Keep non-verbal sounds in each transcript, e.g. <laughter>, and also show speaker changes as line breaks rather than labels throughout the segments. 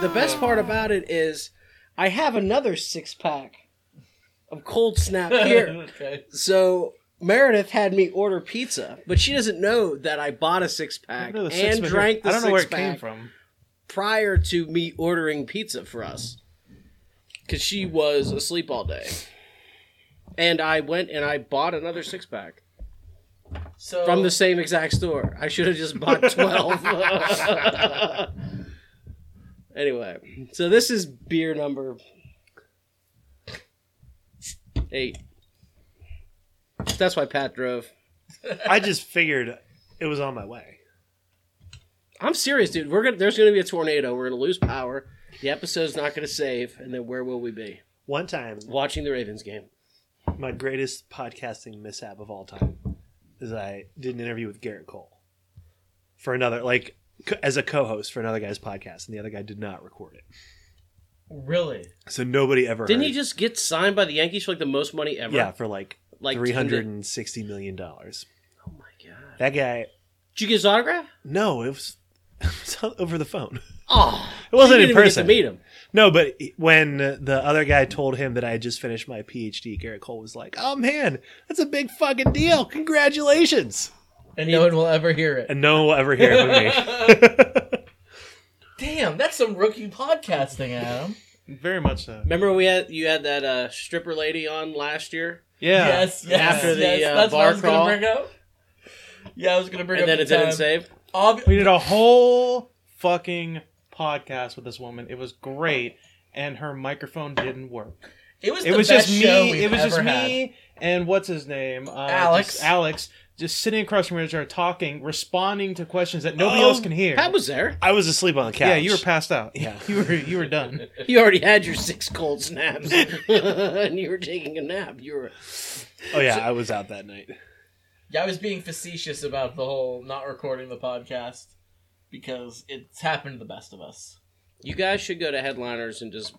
the best part about it is I have another six pack of cold snap
<laughs>
here.
okay.
so Meredith had me order pizza, but she doesn't know that I bought a six pack
No,
and
the six pack-
drank the
I don't know where it
six
came
pack
from.
prior to me ordering pizza for us because she was asleep all day. And I went and I bought another six pack
So
from the same exact store. I should have just
<laughs>
bought <laughs> 12. anyway, so this is beer number eight. That's why Pat drove.
I just figured it was on my way.
I'm serious, dude. We're gonna there's gonna be a tornado. We're gonna lose power. The episode's not gonna save, and then where will we be?
One time,
Watching the Ravens game.
my greatest podcasting mishap of all time is I did an interview with Garrett Cole for another, like, co- as a co-host for another guy's podcast, and the other guy did not record it.
really
So nobody ever
Didn't
heard-
he just get signed by the Yankees for like the most money ever?
Yeah, for like
like
three hundred and sixty million dollars.
Oh my god!
That guy.
Did you get his autograph?
No, it was, <laughs> it was over the phone.
Oh,
It wasn't
you didn't
in
even get
person.
to meet him.
No, but when the other guy told him that I had just finished my PhD, Garrett Cole was like, "Oh man, that's a big fucking deal! Congratulations!"
and no one will ever hear it
And no one will ever hear <laughs> it from me.
damn that's some rookie podcasting adam
Very much so.
Remember we had you had that uh, stripper lady on last year,
Yeah.
yes yes
After the,
yes.
uh,
that's what
bar
i was
crawl.
gonna bring up yeah i was gonna bring
and
up
then it
the
didn't
time.
save.
Ob-
We did a whole fucking podcast with this woman. It was great, and her microphone didn't work.
it was
It
the
was
best
just me.
show we've
It was just
ever had.
me and what's his name, uh,
Alex.
just Alex, just sitting across from each other, talking, responding to questions that nobody
Oh,
else can hear.
Pat was there.
I was asleep on the couch.
Yeah, you were passed out.
Yeah.
<laughs> you were you
<laughs>
were done.
You already had your six cold snaps, <laughs> and you were taking a nap. You were
Oh yeah, I was out that night.
Yeah, I was being facetious about the whole not recording the podcast because it's happened to the best of us.
You guys should go to headliners and just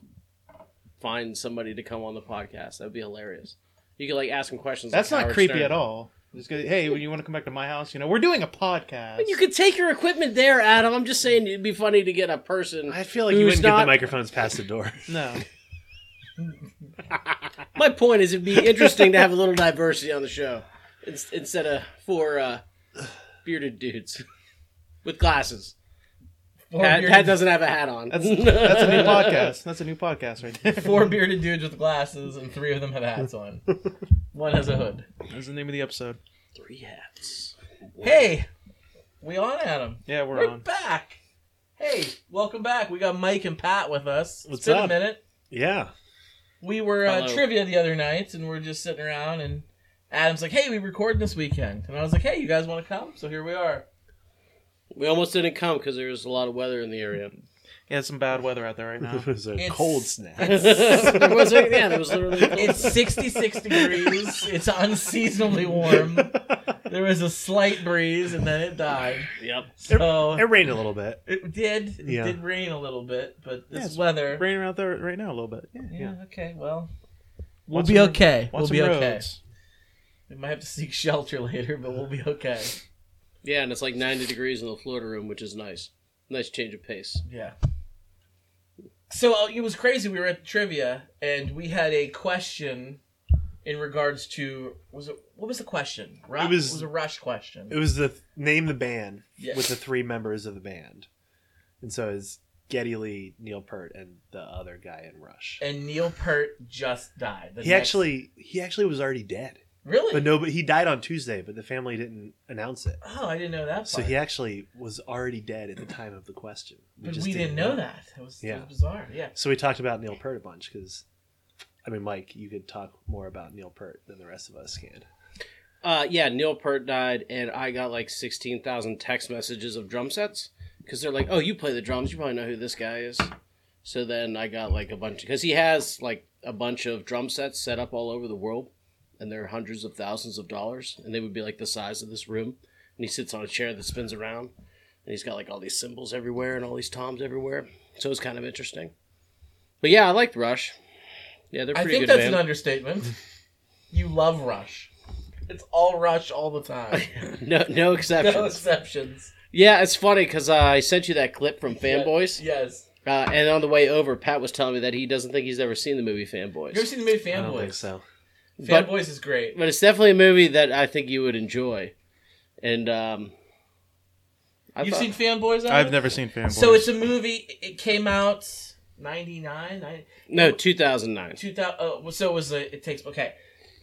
find somebody to come on the podcast. That'd be hilarious. You could like ask them questions.
That's
like
not
Howard
creepy
Stern.
at all. Just go, hey, when you want to come back to my house, you know, we're doing a podcast.
But you could take your equipment there, Adam. I'm just saying it'd be funny to get a person.
I feel like you
Who's
wouldn't get
not-
the microphones past the door.
no,
My point is, it'd be interesting to have a little diversity on the show in- instead of four uh, bearded dudes <laughs> with glasses.
Four,
Pat,
bearded,
Pat doesn't have a hat on.
that's that's a
<laughs>
new podcast. That's a new podcast right
<laughs>
there.
four bearded dudes with glasses, and three of them have
<laughs>
hats on. One has a hood.
That's the name of the episode.
Three hats.
Hey, we on, Adam?
Yeah, we're
We're
on.
back. Hey, welcome back. We got Mike and Pat with us.
What's
it's been a
up?
minute.
<laughs> Yeah.
We were uh,
Hello.
trivia the other night, and we're just sitting around, and Adam's like, "Hey, we record this weekend," and I was like, "Hey, you guys want to come?" So here we are.
We almost didn't come because there was a lot of weather in the area.
Yeah, it's some bad weather out there right <laughs> now.
It was a
It's-
cold
<laughs>
snap.
there was, yeah, there was literally.
<laughs>
It's 66 degrees. It's
<laughs>
unseasonably warm. There was a slight breeze and then it died.
<laughs> Yep.
So
It rained a little bit.
it did. It
Yeah.
did rain a little bit, but
Yeah,
this
it's
weather.
Raining out there right now a little bit. Yeah,
Yeah, okay, well. We'll
Want
be
some-
okay.
want
We'll
some
be okay.
roads.
We might have to seek shelter <laughs> later, but we'll be okay.
Yeah, and it's like 90 degrees in the Florida room, which is nice. Nice change of pace.
Yeah. So uh, it was crazy. We were at the trivia and we had a question in regards to was it what was the question? Rush,
It was-
a rush question.
It was the name the band
Yeah.
with the three members of the band, and so it's Geddy Lee, Neil Peart, and the other guy in Rush.
and Neil Peart just died. The
he
next-
actually he actually was already dead,
really.
but no, but he died on Tuesday, but the family didn't announce it.
oh, I didn't know that. Part.
So he actually was already dead at the time of the question.
but
just
we didn't know that. It was, it
Yeah.
was bizarre. Yeah.
So we talked about Neil Peart a bunch because, I mean, Mike, you could talk more about Neil Peart than the rest of us can.
Uh, yeah, Neil Peart died, and I got like 16,000 text messages of drum sets because they're like, oh, you play the drums. You probably know who this guy is. So then I got like a bunch because he has like a bunch of drum sets set up all over the world, and they're hundreds of thousands of dollars, and they would be like the size of this room. And he sits on a chair that spins around, and he's got like all these cymbals everywhere and all these toms everywhere. So it's kind of interesting. But yeah, I liked Rush. Yeah, they're
I
pretty
think
good
that's
band.
an understatement. <laughs> you love Rush. It's all Rush all
<laughs>
the time.
no,
<laughs>
no exceptions.
no exceptions.
uh, Yeah, it's funny because I sent you that clip from Fanboys,
Yes.
Uh, and on the way over, Pat was telling me that he doesn't think he's ever seen the movie Fanboys.
You ever seen the movie
I don't think
Fanboys?
so.
But-
Fanboys is great.
but it's definitely a movie that I think you would enjoy. And um, I
You've
thought-
seen Fanboys? Adam?
I've never seen Fanboys.
So it's a movie. It came out 99, 90
no 2009.
2000. Uh, well, so it was a, it takes okay.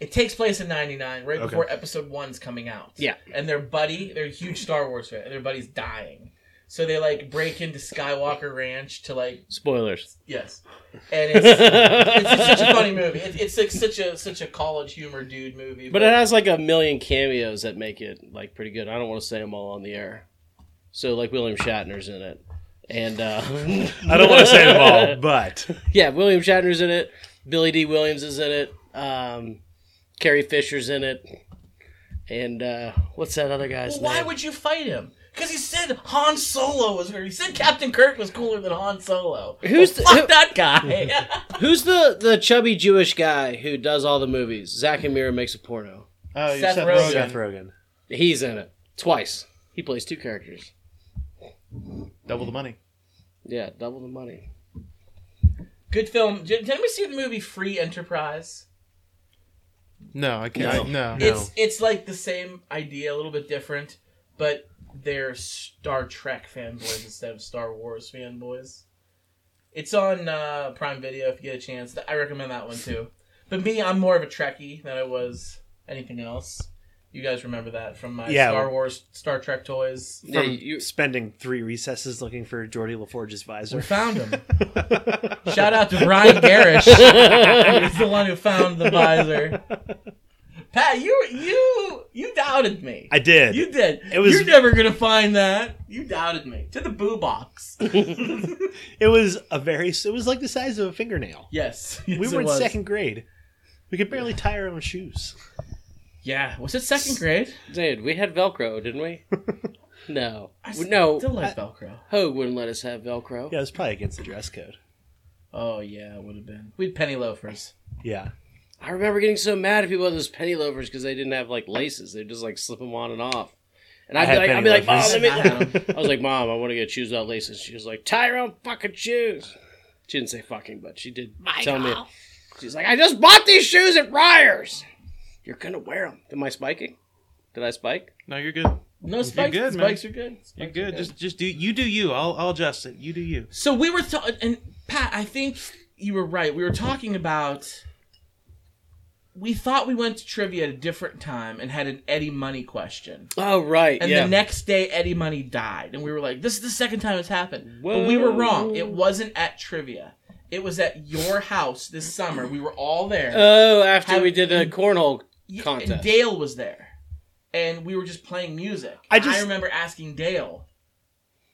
It takes place in '99, right
Okay.
before Episode One's coming out.
Yeah.
and their buddy, they're a huge Star Wars fan, and their buddy's dying. So they like break into Skywalker Ranch to like
Spoilers.
yes, and it's, it's just such a funny movie. It, it's like such a such a college humor dude movie.
But it has like a million cameos that make it like pretty good. I don't want to say them all on the air. So like William Shatner's in it, and uh, <laughs>
I don't want to say them <laughs> all, but
yeah, William Shatner's in it. Billy D. Williams is in it. Um, Carrie Fisher's in it. And uh, what's that other guy's
Well, why
name?
would you fight him? Because he said Han Solo was He said Captain Kirk was cooler than Han Solo.
Who's
Well, fuck
the-
that guy? <laughs>
Who's the the chubby Jewish guy who does all the movies? Zach Amira makes a porno.
oh, you
Seth
said
Rogen.
Seth Rogen.
He's in it twice. He plays two characters.
Double the money.
Yeah, double the money.
Good film. Did, did anybody see the movie Free Enterprise?
No, I can't. No.
It's it's like the same idea, a little bit different, but they're Star Trek fanboys instead of Star Wars fanboys. It's on uh, Prime Video if you get a chance. I recommend that one too. But me, I'm more of a Trekkie than I was anything else. You guys remember that from my
Yeah.
Star Wars, Star Trek toys.
Yeah,
From
you-
spending three recesses looking for Geordie LaForge's
We
visor. <laughs>
found him. <laughs> Shout out to Brian Garish. He's the one who found the visor. Pat, you you you doubted me.
I did.
You did.
It was-
You're never gonna find that. You doubted me. To the
<laughs>
boo box.
It was a very. It was like the size of a fingernail.
yes.
We
Yes,
were
it
in
was.
second grade. We could barely tie our own shoes.
Yeah. Was it second grade?
<laughs> Dude, we had Velcro, didn't we? no.
I
no,
Still like Velcro.
Hogue wouldn't let us have Velcro.
Yeah, it was probably against the dress code.
Oh yeah, it would have been. We had penny loafers.
Yeah.
I remember getting so mad at people with those penny loafers because they didn't have like laces. They'd just like slip them on and off. And
I
I'd be
had
like, I'd
penny
be like, Mom,
loafers.
let me. <laughs>
I had 'em.
I was like, Mom, I want to get shoes without laces. She was like, tie your own fucking shoes. She didn't say fucking, but she did tell me. She's like, I just bought these shoes at Ryer's. You're gonna wear them. Am I spiking? Did I spike?
No, you're good.
No spikes.
good, man.
spikes are good.
You're good. Just just do you do you. I'll I'll adjust it. You do you.
So we were talking, and Pat, I think you were right. We were talking about. We thought we went to trivia at a different time and had an Eddie Money question.
Oh right,
And
yeah.
the next day, Eddie Money died. And we were like, this is the second time it's happened. But we were wrong. It wasn't at trivia, it was at your house this summer. We were all there.
oh, after
Have-
we did a cornhole
Yeah, And
contest.
Dale was there, and we were just playing music.
I just-
I remember asking Dale.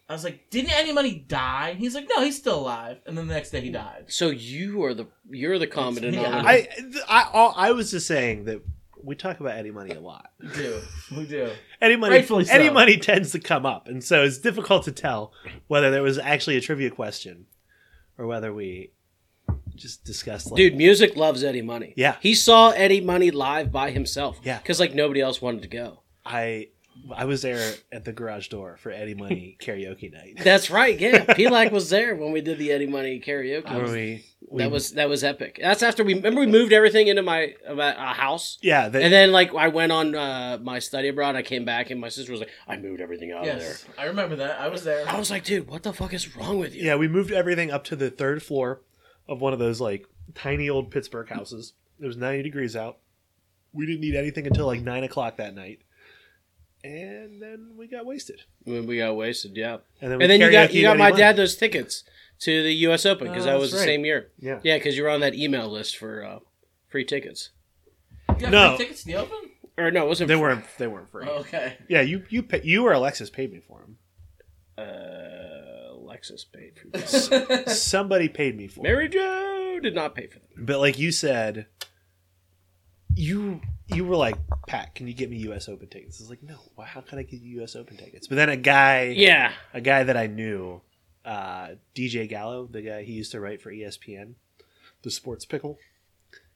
I was like, "Didn't anybody die?" He's like, "No, he's still alive." And then the next day, he died.
so you are the you're the common
It's me.
denominator.
I th- I all, I was just saying that we talk about Eddie Money a lot.
We do, we do.
Eddie Money
Rightfully so.
Eddie Money tends to come up, and so it's difficult to tell whether there was actually a trivia question or whether we just discussed. Like,
Dude, music loves Eddie Money.
Yeah.
he saw Eddie Money live by himself.
Yeah.
because like nobody else wanted to go.
I I was there at the garage door for Eddie Money karaoke night.
That's right. Yeah,
<laughs>
Pelak was there when we did the Eddie Money karaoke.
Where we, we-
that was that was epic. That's after we remember we moved everything into my my uh, house.
yeah. The,
And then, like, I went on uh, my study abroad. I came back, and my sister was like, "I moved everything out of Oh, there."
Yes, I remember that. I was there.
I was like, dude, what the fuck is wrong with you?
yeah, we moved everything up to the third floor of one of those like tiny old Pittsburgh houses. It was ninety degrees out. We didn't need anything until like nine o'clock that night, and then we got wasted.
When we got wasted, yeah.
then,
And then you got you
karaoke'd
got
Eddie
my
Money.
dad those tickets to the U.S. Open because
Oh,
that was the
that's right.
same year.
Yeah.
Yeah, because you were on that email list for uh, free tickets.
You got
No.
free tickets to the open.
Or no, it wasn't.
They weren't. They weren't free.
Oh,
<laughs>
okay.
Yeah, you you pay, you or Alexis paid me for them.
Uh, Alexis paid for this. <laughs>
Somebody paid me for 'em.
Mary Jo did not pay for them.
But like you said, you you were like, Pat, can you get me U.S. Open tickets? I was like, no. Why, how can I get you U.S. Open tickets? But then a guy,
Yeah.
a guy that I knew, uh, DJ Gallo, the guy he used to write for E ESPN, the Sports Pickle,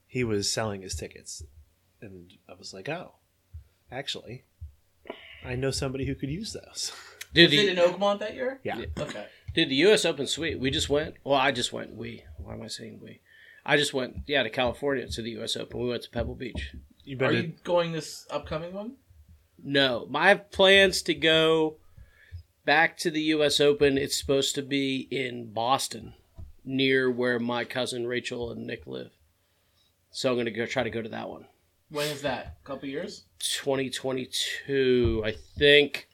he was selling his tickets, and I was like, oh, actually, I know somebody who could use those. <laughs>
Dude,
Was it in
the,
Oakmont that year?
Yeah.
Okay.
Dude, the U.S. Open sweet. We just went. Well, I just went. We. Why am I saying we? I just went. Yeah, to California to the U.S. Open. We went to Pebble Beach.
You
Are
been to
you going this upcoming one?
No, my plans to go back to the U.S. Open. It's supposed to be in Boston, near where my cousin Rachel and Nick live. So I'm gonna go try to go to that one.
When is that? A couple years?
2022, I think.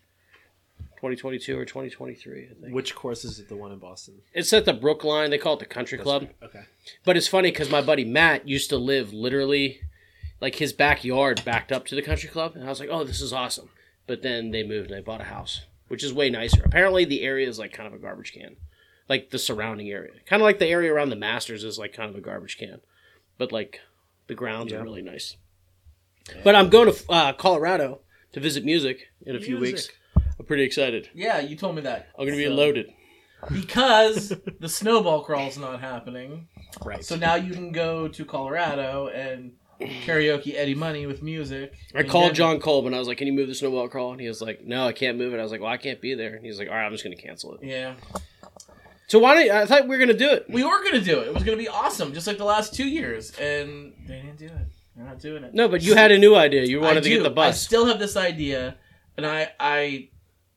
2022 or 2023, I think.
which course is it? The one in Boston.
It's at the Brookline. They call it the Country Club.
Okay.
But it's funny because my buddy Matt used to live literally, like his backyard backed up to the country club, and I was like, "Oh, this is awesome." But then they moved and they bought a house, which is way nicer. Apparently, the area is like kind of a garbage can, like the surrounding area, kind of like the area around the Masters is like kind of a garbage can, but like the grounds
Yeah.
are really nice. But I'm going to uh, Colorado to visit music in a few weeks. I'm pretty excited.
Yeah, you told me that.
I'm gonna be
So-
loaded.
Because the snowball crawl's not happening.
Right. <laughs>
So now you can go to Colorado and karaoke Eddie Money with music.
I
in
called
Denver.
John Colb and I was like, "Can you move the snowball crawl?" And he was like, "No, I can't move it." I was like, "Well, I can't be there." And he's like, "All right, I'm just going to cancel it."
Yeah.
So why don't you, I thought we were going to do it?
We were going to do it. It was going to be awesome, just like the last two years. And they didn't do it. They're not doing it.
No, but you had a new idea. You wanted
I
to
do.
get the
I
bus.
still have this idea, and I I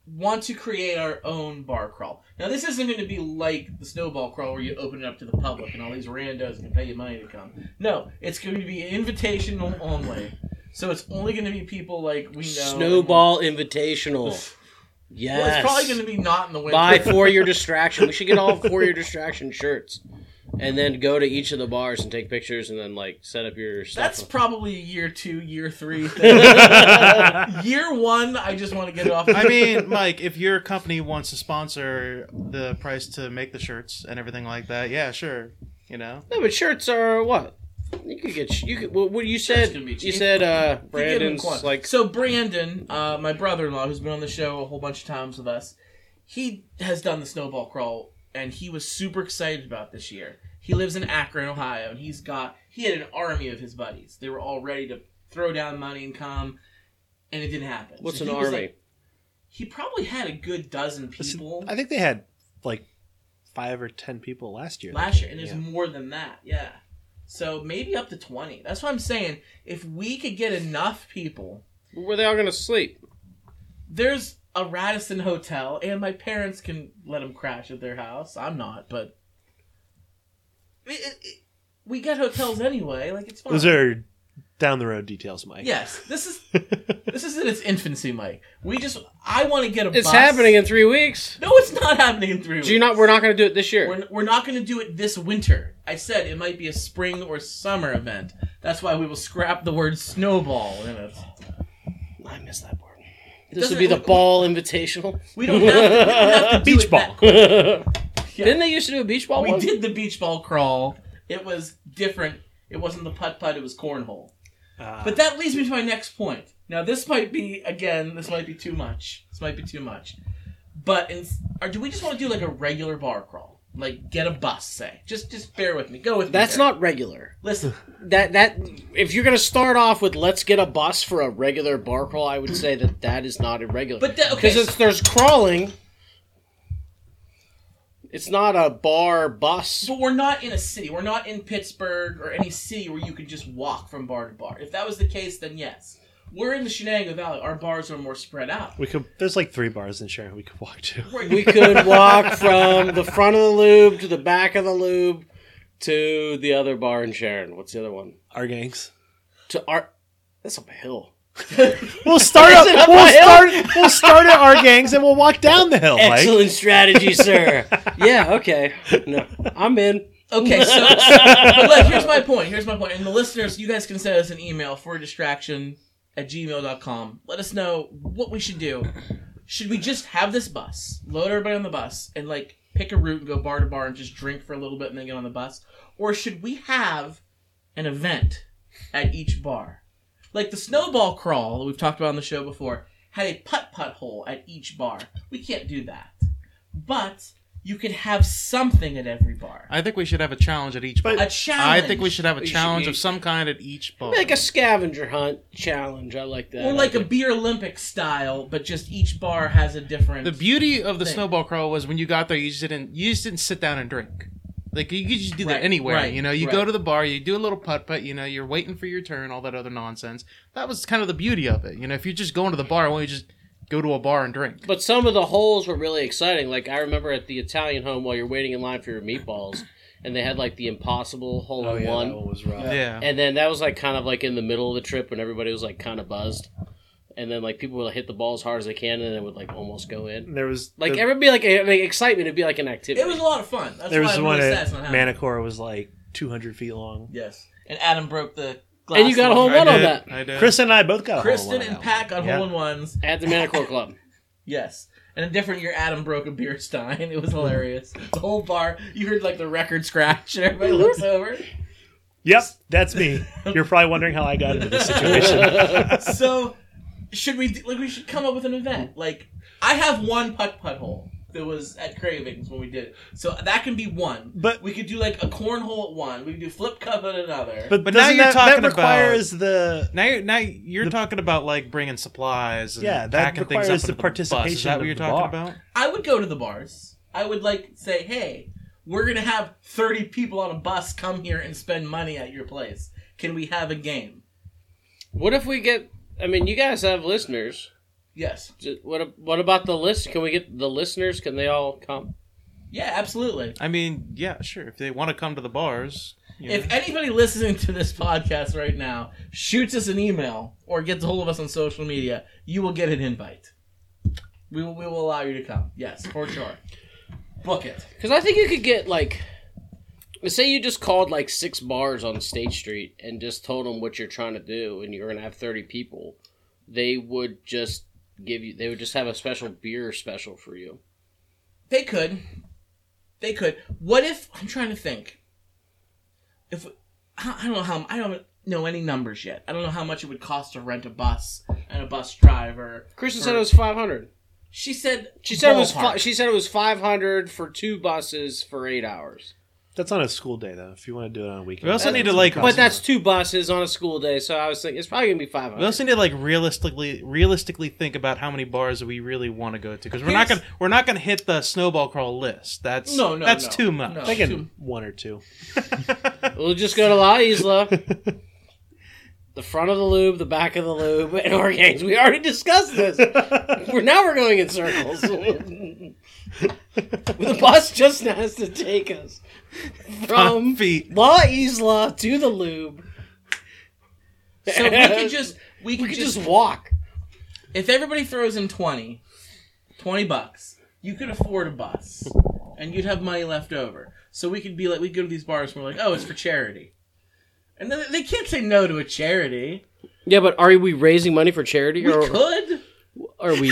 want to create our own bar crawl. Now this isn't going to be like the snowball crawl where you open it up to the public and all these randos can pay you money to come. No, it's going to be invitational only. So it's only going to be people like we know.
Snowball Invitational.
Well,
Yes.
it's probably going to be not in the winter. <laughs>
buy for your distraction. We should get all for your distraction shirts, and then go to each of the bars and take pictures, and then like set up your stuff.
That's probably a year two, year
<laughs>
three thing. year one, I just want to get
<laughs>
it off.
I
<laughs>
mean, Mike, if your company wants to sponsor the price to make the shirts and everything like that, yeah, sure. You know,
no, but shirts are what. You could get sh- you could well, what you
Shirts
said
can be
you
cheap.
said uh
You give him
Brandon's
quant-
like
so Brandon, uh, my brother-in-law, who's been on the show a whole bunch of times with us, he has done the snowball crawl, and he was super excited about this year. He lives in Akron, Ohio, and he's got he had an army of his buddies. They were all ready to throw down money and come, and it didn't happen.
what's
So
an
he was
army?
like- he probably had a good dozen people
I think they had like five or ten people last year.
last year, and there's
Yeah.
more than that. Yeah, so maybe up to twenty. That's what I'm saying. If we could get enough people
Where they all going to sleep?
there's a Radisson hotel, and my parents can let them crash at their house. I'm not, but It- it- it- we get hotels anyway. Like it's fine.
Those are down the road details, Mike.
yes,
<laughs>
this is this is in its infancy, Mike. We just I want to get a.
It's
bus.
happening in three weeks.
No, it's not happening in three.
Do you
weeks.
not? We're not going to do it this year.
We're, we're not going to do it this winter. I said it might be a spring or summer event. That's why we will scrap the word snowball in it.
I miss that word. This would
doesn't-
be the
we-
ball invitational.
We don't have to, we don't have to
<laughs>
do
Beach
it that
ball.
Didn't they used to do a beach ball?
We
one?
did the beach ball crawl. It was different. It wasn't the putt putt. It was cornhole.
Uh,
But that leads me to my next point. Now this might be again. This might be too much. This might be too much. But in, or do we just want to do like a regular bar crawl? Like get a bus, say. Just just bear with me. Go with me.
That's
there.
not regular.
Listen,
That that if you're going to start off with let's get a bus for a regular bar crawl, I would say that that is not irregular.
But that- okay.
because it's there's crawling. It's not a bar bus.
but we're not in a city. We're not in Pittsburgh or any city where you can just walk from bar to bar. If that was the case, then yes. We're in the Shenango Valley. Our bars are more spread out.
we could. There's like three bars in Sharon we could walk to.
We're-
We could walk from the front of the lube to the back of the lube to the other bar in Sharon. What's the other one?
Our gangs.
To our that's up a hill.
We'll start up.
Is it up
We'll
a hill?
start. We'll start at our gangs and we'll walk down the hill,
<laughs>
Mike.
Excellent strategy, sir. yeah, okay. No, I'm in.
Okay, so,
Oh,
so look, here's my point. Here's my point. And the listeners, you guys can send us an email for distraction at gmail.com. Let us know what we should do. Should we just have this bus, load everybody on the bus, and like pick a route and go bar to bar and just drink for a little bit and then get on the bus? Or should we have an event at each bar? Like the snowball crawl that we've talked about on the show before had a putt putt hole at each bar. We can't do that. But You could have something at every bar.
I think we should have a challenge at each bar.
A challenge.
I think we should have a
We should
challenge
be-
of some kind at each bar.
Like a scavenger hunt challenge. I like that.
Or like a beer Olympic style, but just each bar has a different.
the beauty of the
thing.
snowball crawl was when you got there, you just didn't you just didn't sit down and drink. Like you could just do
Right,
that anywhere.
right,
you know, you
right.
go to the bar, you do a little putt putt. You know, you're waiting for your turn, all that other nonsense. That was kind of the beauty of it. You know, if you're just going to the bar, why don't you just go to a bar and drink?
But some of the holes were really exciting. Like I remember at the Italian home while you're waiting in line for your meatballs, and they had like the impossible hole in Oh, one.
was rough.
Yeah.
And then that was like kind of like in the middle of the trip when everybody was like kind of buzzed, and then like people would hit the ball as hard as they can, and it would like almost go in.
There was
Like
the-
it would be like, a, like excitement. It'd be like an activity.
It was a lot of fun. That's
there
why
was
I'm
one
really sad
at
it's not happening.
Manicor was like 200 feet long.
Yes. And Adam broke the glass.
And you got a hole
one.
in one
I
on
did,
that
I did.
Kristen and I both got a hole in
Kristen
one
and
out.
Pat got
Yeah.
hole in ones.
at the Manicore Club.
Yes. And a different year, Adam broke a beer stein. <laughs> It was hilarious. The whole bar, you heard like the record scratch, and everybody looks over.
Yep, that's me. You're probably wondering how I got into this situation.
<laughs>
So, should we do, like we should come up with an event? Like, I have one putt putt hole that was at Cravings when we did it. So that can be one.
But-
we could do like a cornhole at one. We could do flip cup at another.
But,
But now
doesn't
you're
that,
talking
that
about-
requires the
Now you're now you're talking about like bringing supplies. And
Yeah, that
packing things up
requires
into
the
Bus. Is
participation
that
of
what you're
the
talking
bar.
about?
I would go to the bars. I would like say, hey, we're gonna have thirty people on a bus come here and spend money at your place. Can we have a game?
What if we get? I mean, you guys have listeners.
Yes.
Just- What what about the list? Can we get the listeners? Can they all come?
Yeah, absolutely.
I mean, yeah, sure. If they want to come to the bars, you know.
If anybody listening to this podcast right now shoots us an email or gets a hold of us on social media, you will get an invite. We will, we will allow you to come. Yes, for sure. Book it.
Because I think you could get like, say you just called like six bars on State Street and just told them what you're trying to do, and you're gonna have thirty people. They would just give you. They would just have a special beer special for you.
They could. They could. What if I'm trying to think? If I I don't know how I don't know any numbers yet. I don't know how much it would cost to rent a bus and a bus driver.
Kristen
For-
said it was five hundred.
She said
She said it was.
ballpark.
Fi- she said it was five hundred for two buses for eight hours.
That's on a school day though. If you want to do it on a weekend,
We also
that's
need to,
gonna
like-
cost
But that's
more.
two buses on a school day, so I was thinking it's probably gonna be five
We
hundred.
also need to like realistically realistically think about how many bars we really want to go to because we're not
Here's-
gonna we're not gonna hit the snowball crawl list. That's
No, no,
that's
no,
too much.
no.
I
two.
can one or
<laughs>
two.
We'll just go to La <laughs> Isla. The front of the lube, the back of the lube, <laughs> and organs. We already discussed this. We're now we're going in circles. <laughs> the bus just has to take us from
Five feet.
La Isla to the lube.
So <laughs> we
<laughs>
could just we could,
We could
just,
just walk.
if everybody throws in 20, 20 bucks, you could afford
<laughs>
a bus, and you'd have money left over. So we could be like we go to these bars and we're like, oh, it's for charity, and then they can't say no to a charity.
Yeah, but are we raising money for charity,
We
<laughs>
could.
are we?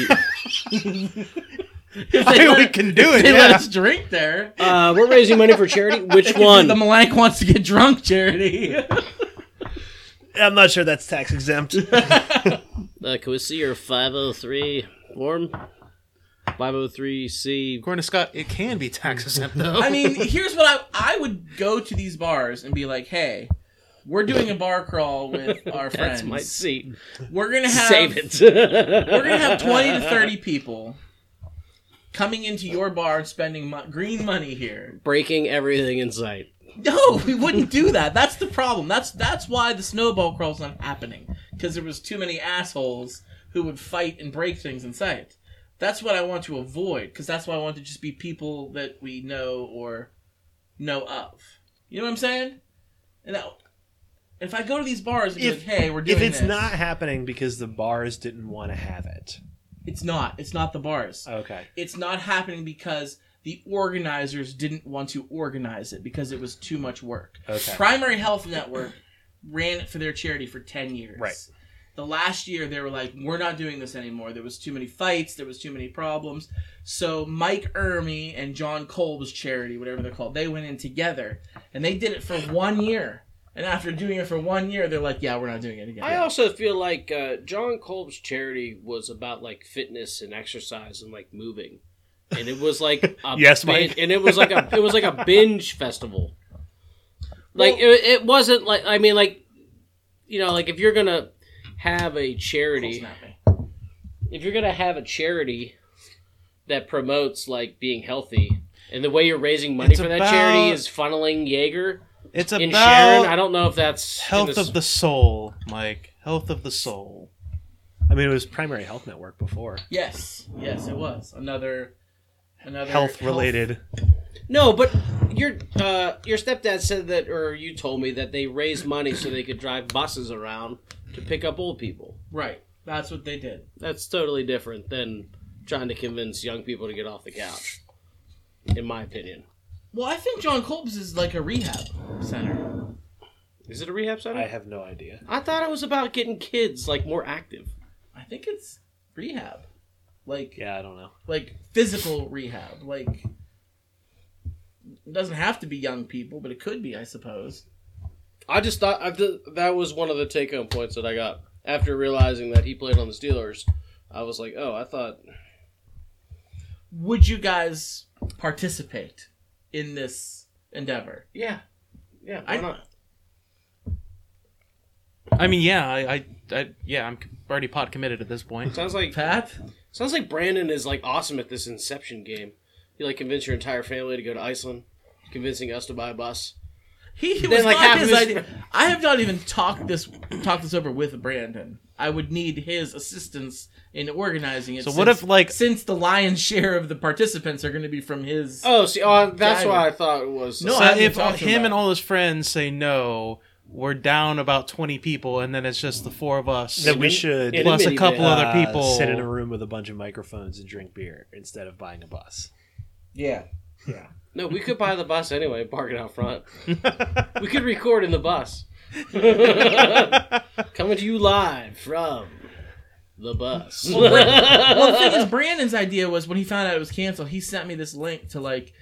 If
I
they
think
let
we
it-
can do it.
they let
yeah.
us drink there.
Uh, we're raising money for
<laughs>
charity. Which
The Malank wants to get drunk charity.
<laughs>
I'm not sure that's tax
<laughs>
exempt.
Uh, can we see your 503 form? 503C.
According to Scott, it can be tax exempt though.
I mean, here's what I I would go to these bars and be like, hey, we're doing a bar
<laughs>
crawl with our friends.
That's my seat.
We're gonna
<laughs>
have
Save it.
<laughs> we're gonna have twenty to thirty people coming into your bar and spending mo- green money here.
Breaking everything in sight.
No, we wouldn't do that. That's the problem. That's that's why the snowball crawl's not happening because there was too many assholes who would fight and break things in sight. That's what I want to avoid because that's why I want to just be people that we know or know of. You know what I'm saying? And that, if I go to these bars and be
If-
like, "Hey, <laughs> we're doing
if it's
this,"
not happening because the bars didn't want to have it,
it's not. It's not the bars.
okay.
it's not happening because the organizers didn't want to organize it because it was too much work.
Okay.
Primary Health Network ran it for their charity for 10 years.
Right.
The last year they were like, we're not doing this anymore. There was too many fights, there was too many problems. So Mike Ermy and John Cole's charity, whatever they're called, they went in together and they did it for one year. And after doing it for one year, they're like, yeah, we're not doing it again.
I also feel like uh, John Kolb's charity was about like fitness and exercise and like moving. and it was like
<laughs>
a
Yes,
bin-
Mike.
and it was like a it was like a binge festival. Like it, it wasn't like I mean like you know like if you're gonna have a charity
Snap me.
if you're gonna have a charity that promotes like being healthy and the way you're raising money
It's
for that charity
about-
is funneling Jaeger
It's
in Sharon. I
about
don't know if that's in
health
this-
of the soul, Mike. Health of the soul.
I mean, it was Primary Health Network before.
Yes, yes, it was another another
Health related.
No, but your uh, your stepdad said that, or you told me that they raised money so they could drive buses around to pick up old people.
Right, that's what they did.
That's totally different than trying to convince young people to get off the couch, in my opinion.
Well, I think John Colb's is like a rehab center.
Is it a rehab center?
I
I,
have no idea.
thought it was about getting kids like more active.
I think it's rehab, like
Yeah, I don't know.
like physical rehab. Like it doesn't have to be young people, but it could be, I suppose.
I just thought I th- that was one of the take home points that I got after realizing that he played on the Steelers. I was like, oh, I thought
Would you guys participate in this endeavor?
yeah, yeah.
I-
Why not?
I mean, yeah, I, I, I yeah, I'm already pot committed at this point.
Sounds like
Pat,
Sounds like Brandon is like awesome at this Inception game. You like convince your entire family to go to Iceland, convincing us to buy a bus.
He
Then,
was
like,
like
half
his
of his
idea. I have not even talked this talked this over with Brandon. I would need his assistance in organizing it.
So what if, like-
since the lion's share of the participants are going to be from his?
Oh, see, oh, that's
Driver.
what I thought it was.
No,
so
I haven't
if
talked to him
him and
about
all his friends say no, we're down about 20 people, and then it's just the four of us.
Then we
In-
should
in
Plus a
minivan.
couple of- other
uh,
people-
sit in a room with a bunch of microphones and drink beer instead of buying a bus.
<laughs>
yeah,
No, we could buy the bus anyway. Park it out front. we could record in the bus. Coming to you live from the bus.
well, the thing is, Brandon's idea was when he found out it was canceled, he sent me this link to like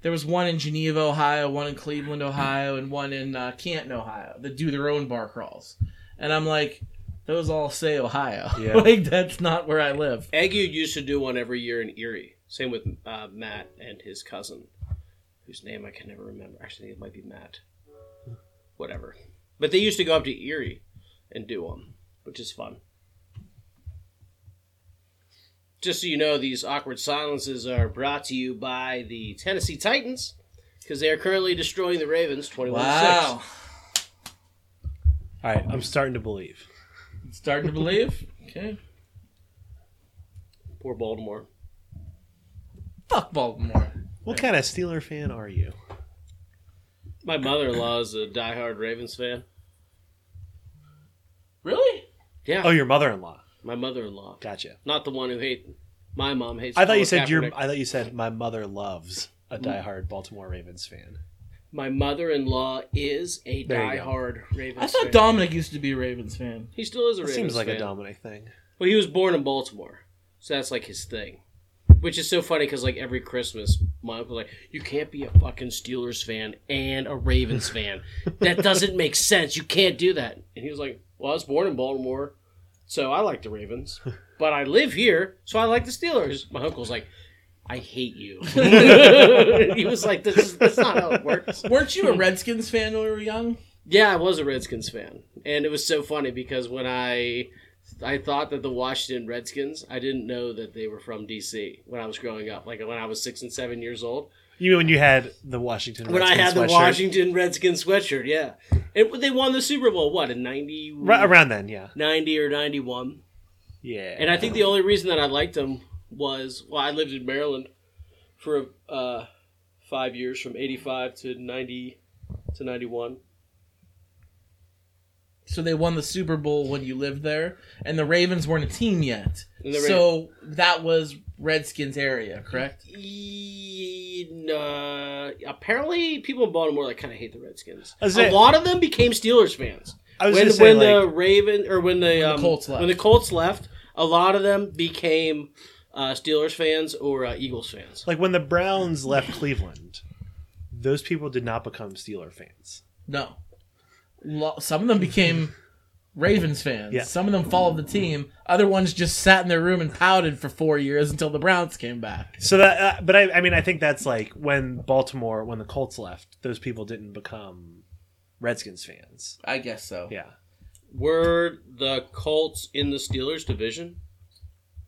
there was one in Geneva, Ohio, one in Cleveland, Ohio, and one in uh, Canton, Ohio that do their own bar crawls, and I'm like, those all say Ohio.
Yeah.
<laughs> like that's not where I live.
Agu used to do one every year in Erie. Same with uh, Matt and his cousin, whose name I can never remember. Actually, it might be Matt. Whatever. But they used to go up to Erie and do one, which is fun. Just so you know, these awkward silences are brought to you by the Tennessee Titans because they are currently destroying the Ravens 21
Wow,
6.
All right, I'm starting to believe.
starting to believe. Okay.
Poor Baltimore.
Fuck Baltimore.
What kind of Steeler fan are you?
My mother in law is a diehard Ravens fan.
Really?
Yeah,
Oh, your mother-in-law.
my mother in law.
Gotcha.
Not the one who hate. My mom hates.
I thought you
Colin
said your.
Kaepernick.
I thought you said my mother loves a diehard Baltimore Ravens fan.
My mother-in-law is a
There you go.
diehard Ravens.
I thought
fan.
Dominic used to be a Ravens fan.
he still is a
It
Ravens.
seems like
fan.
a Dominic thing.
Well, he was born in Baltimore, so that's like his thing. Which is so funny because like every Christmas, my uncle's like, "You can't be a fucking Steelers fan and a Ravens fan. That doesn't make sense. You can't do that." And he was like, "Well, I was born in Baltimore, so I like the Ravens, but I live here, so I like the Steelers." My uncle's like. I hate you. <laughs> he was like, this is, "That's not how it works."
Weren't you a Redskins fan when we were young?
Yeah, I was a Redskins fan, and it was so funny because when I I thought that the Washington Redskins, I didn't know that they were from D.C. when I was growing up. Like when I was six and seven years old,
You mean when you had the Washington.
when I
Redskins
had the
sweatshirt?
Washington Redskins sweatshirt, yeah, it, they won the Super Bowl. What in ninety
Right around then, yeah,
ninety or ninety one?
yeah.
And I think the only reason that I liked them was well, I lived in Maryland for uh, five years, from eighty five to ninety to ninety one.
So they won the Super Bowl when you lived there, and the Ravens weren't a team yet.
And the Ra-
so that was Redskins area, correct?
E- uh, apparently, people in Baltimore like kind of hate the Redskins.
I was
a
gonna-
lot of them became Steelers fans.
I was
when
gonna say,
when the
like-
Raven or when the, um,
Colts left.
when the Colts left, a lot of them became uh, Steelers fans or uh, Eagles fans.
Like when the Browns left Cleveland, those people did not become Steeler fans.
No. Lo- Some of them became Ravens fans.
Yeah.
Some of them followed the team. Other ones just sat in their room and pouted for four years until the Browns came back.
So that, uh, but I, I mean, I think that's like when Baltimore, when the Colts left, those people didn't become Redskins fans.
I guess so.
Yeah,
Were the Colts in the Steelers division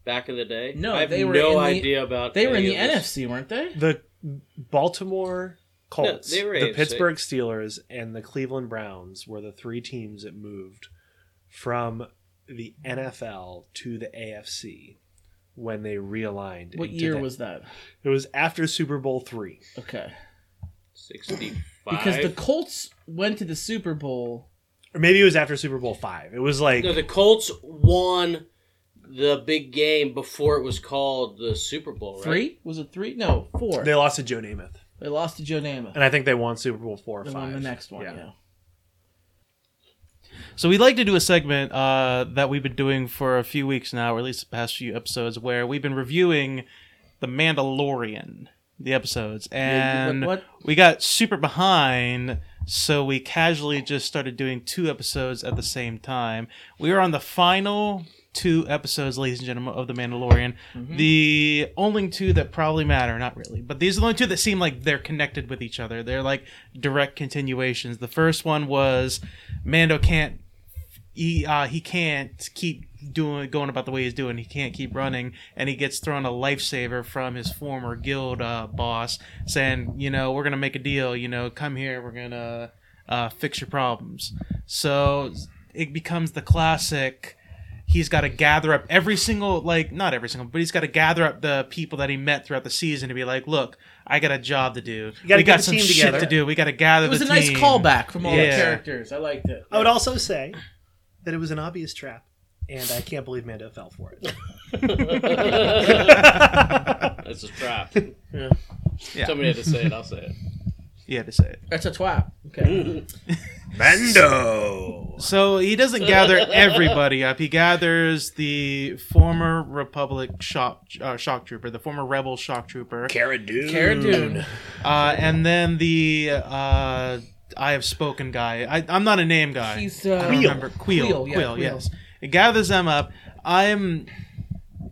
back in the day?
No,
I have
they were
no
in the-
idea about.
They were in
any
the
of this.
NFC, weren't they?
the Baltimore Colts,
they were
the
AFC.
Pittsburgh Steelers, and the Cleveland Browns were the three teams that moved from the NFL to the AFC when they realigned.
What
into
year
that.
was that?
it? Was after Super Bowl three.
Okay.
65.
Because the Colts went to the Super Bowl.
or maybe it was after Super Bowl five. It was like
No, the Colts won the big game before it was called the Super Bowl, right?
Three? Was it three? No, four.
they
They,
lost to Joe Namath,
lost to Joe Namath.
and I think they won Super Bowl four or
They
five.
won the next one, yeah.
So we'd like to do a segment uh, that we've been doing for a few weeks now, or at least the past few episodes, where we've been reviewing the Mandalorian, the episodes,
Yeah,
and
what-
we got super behind. So we casually just started doing two episodes at the same time. We are on the final two episodes, ladies and gentlemen, of the Mandalorian.
Mm-hmm.
The only two that probably matter, not really, but these are the only two that seem like they're connected with each other. They're like direct continuations. The first one was Mando can't he uh, he can't keep doing going about the way he's doing. He can't keep running, and he gets thrown a lifesaver from his former guild uh, boss, saying, "You know, we're gonna make a deal. You know, come here. We're gonna uh, fix your problems." So it becomes the classic. He's got to gather up every single, like, not every single, but he's got to gather up the people that he met throughout the season to be like, look, I got a job to do.
gotta
we
get
got
the
some
team
shit
together."
to do. We got to gather
It was
the
a nice
team."
callback from all
Yeah.
the characters. I liked it.
I would also say that it was an obvious trap, and I can't believe Mando fell for
<laughs>
it. <laughs>
That's a trap.
Yeah.
Somebody had to say it. I'll say it.
Yeah, to say it.
That's a twat. Okay.
Mando.
So he doesn't gather everybody up. He gathers the former Republic shock, uh, shock trooper, the former rebel shock trooper,
Cara Dune.
Cara Dune.
uh, and then the uh, I have spoken guy. I, I'm not a name guy.
He's, uh,
I don't
Queel.
remember. Queel.
Queel,
Queel,
yeah, Queel.
yes. It gathers them up. I'm.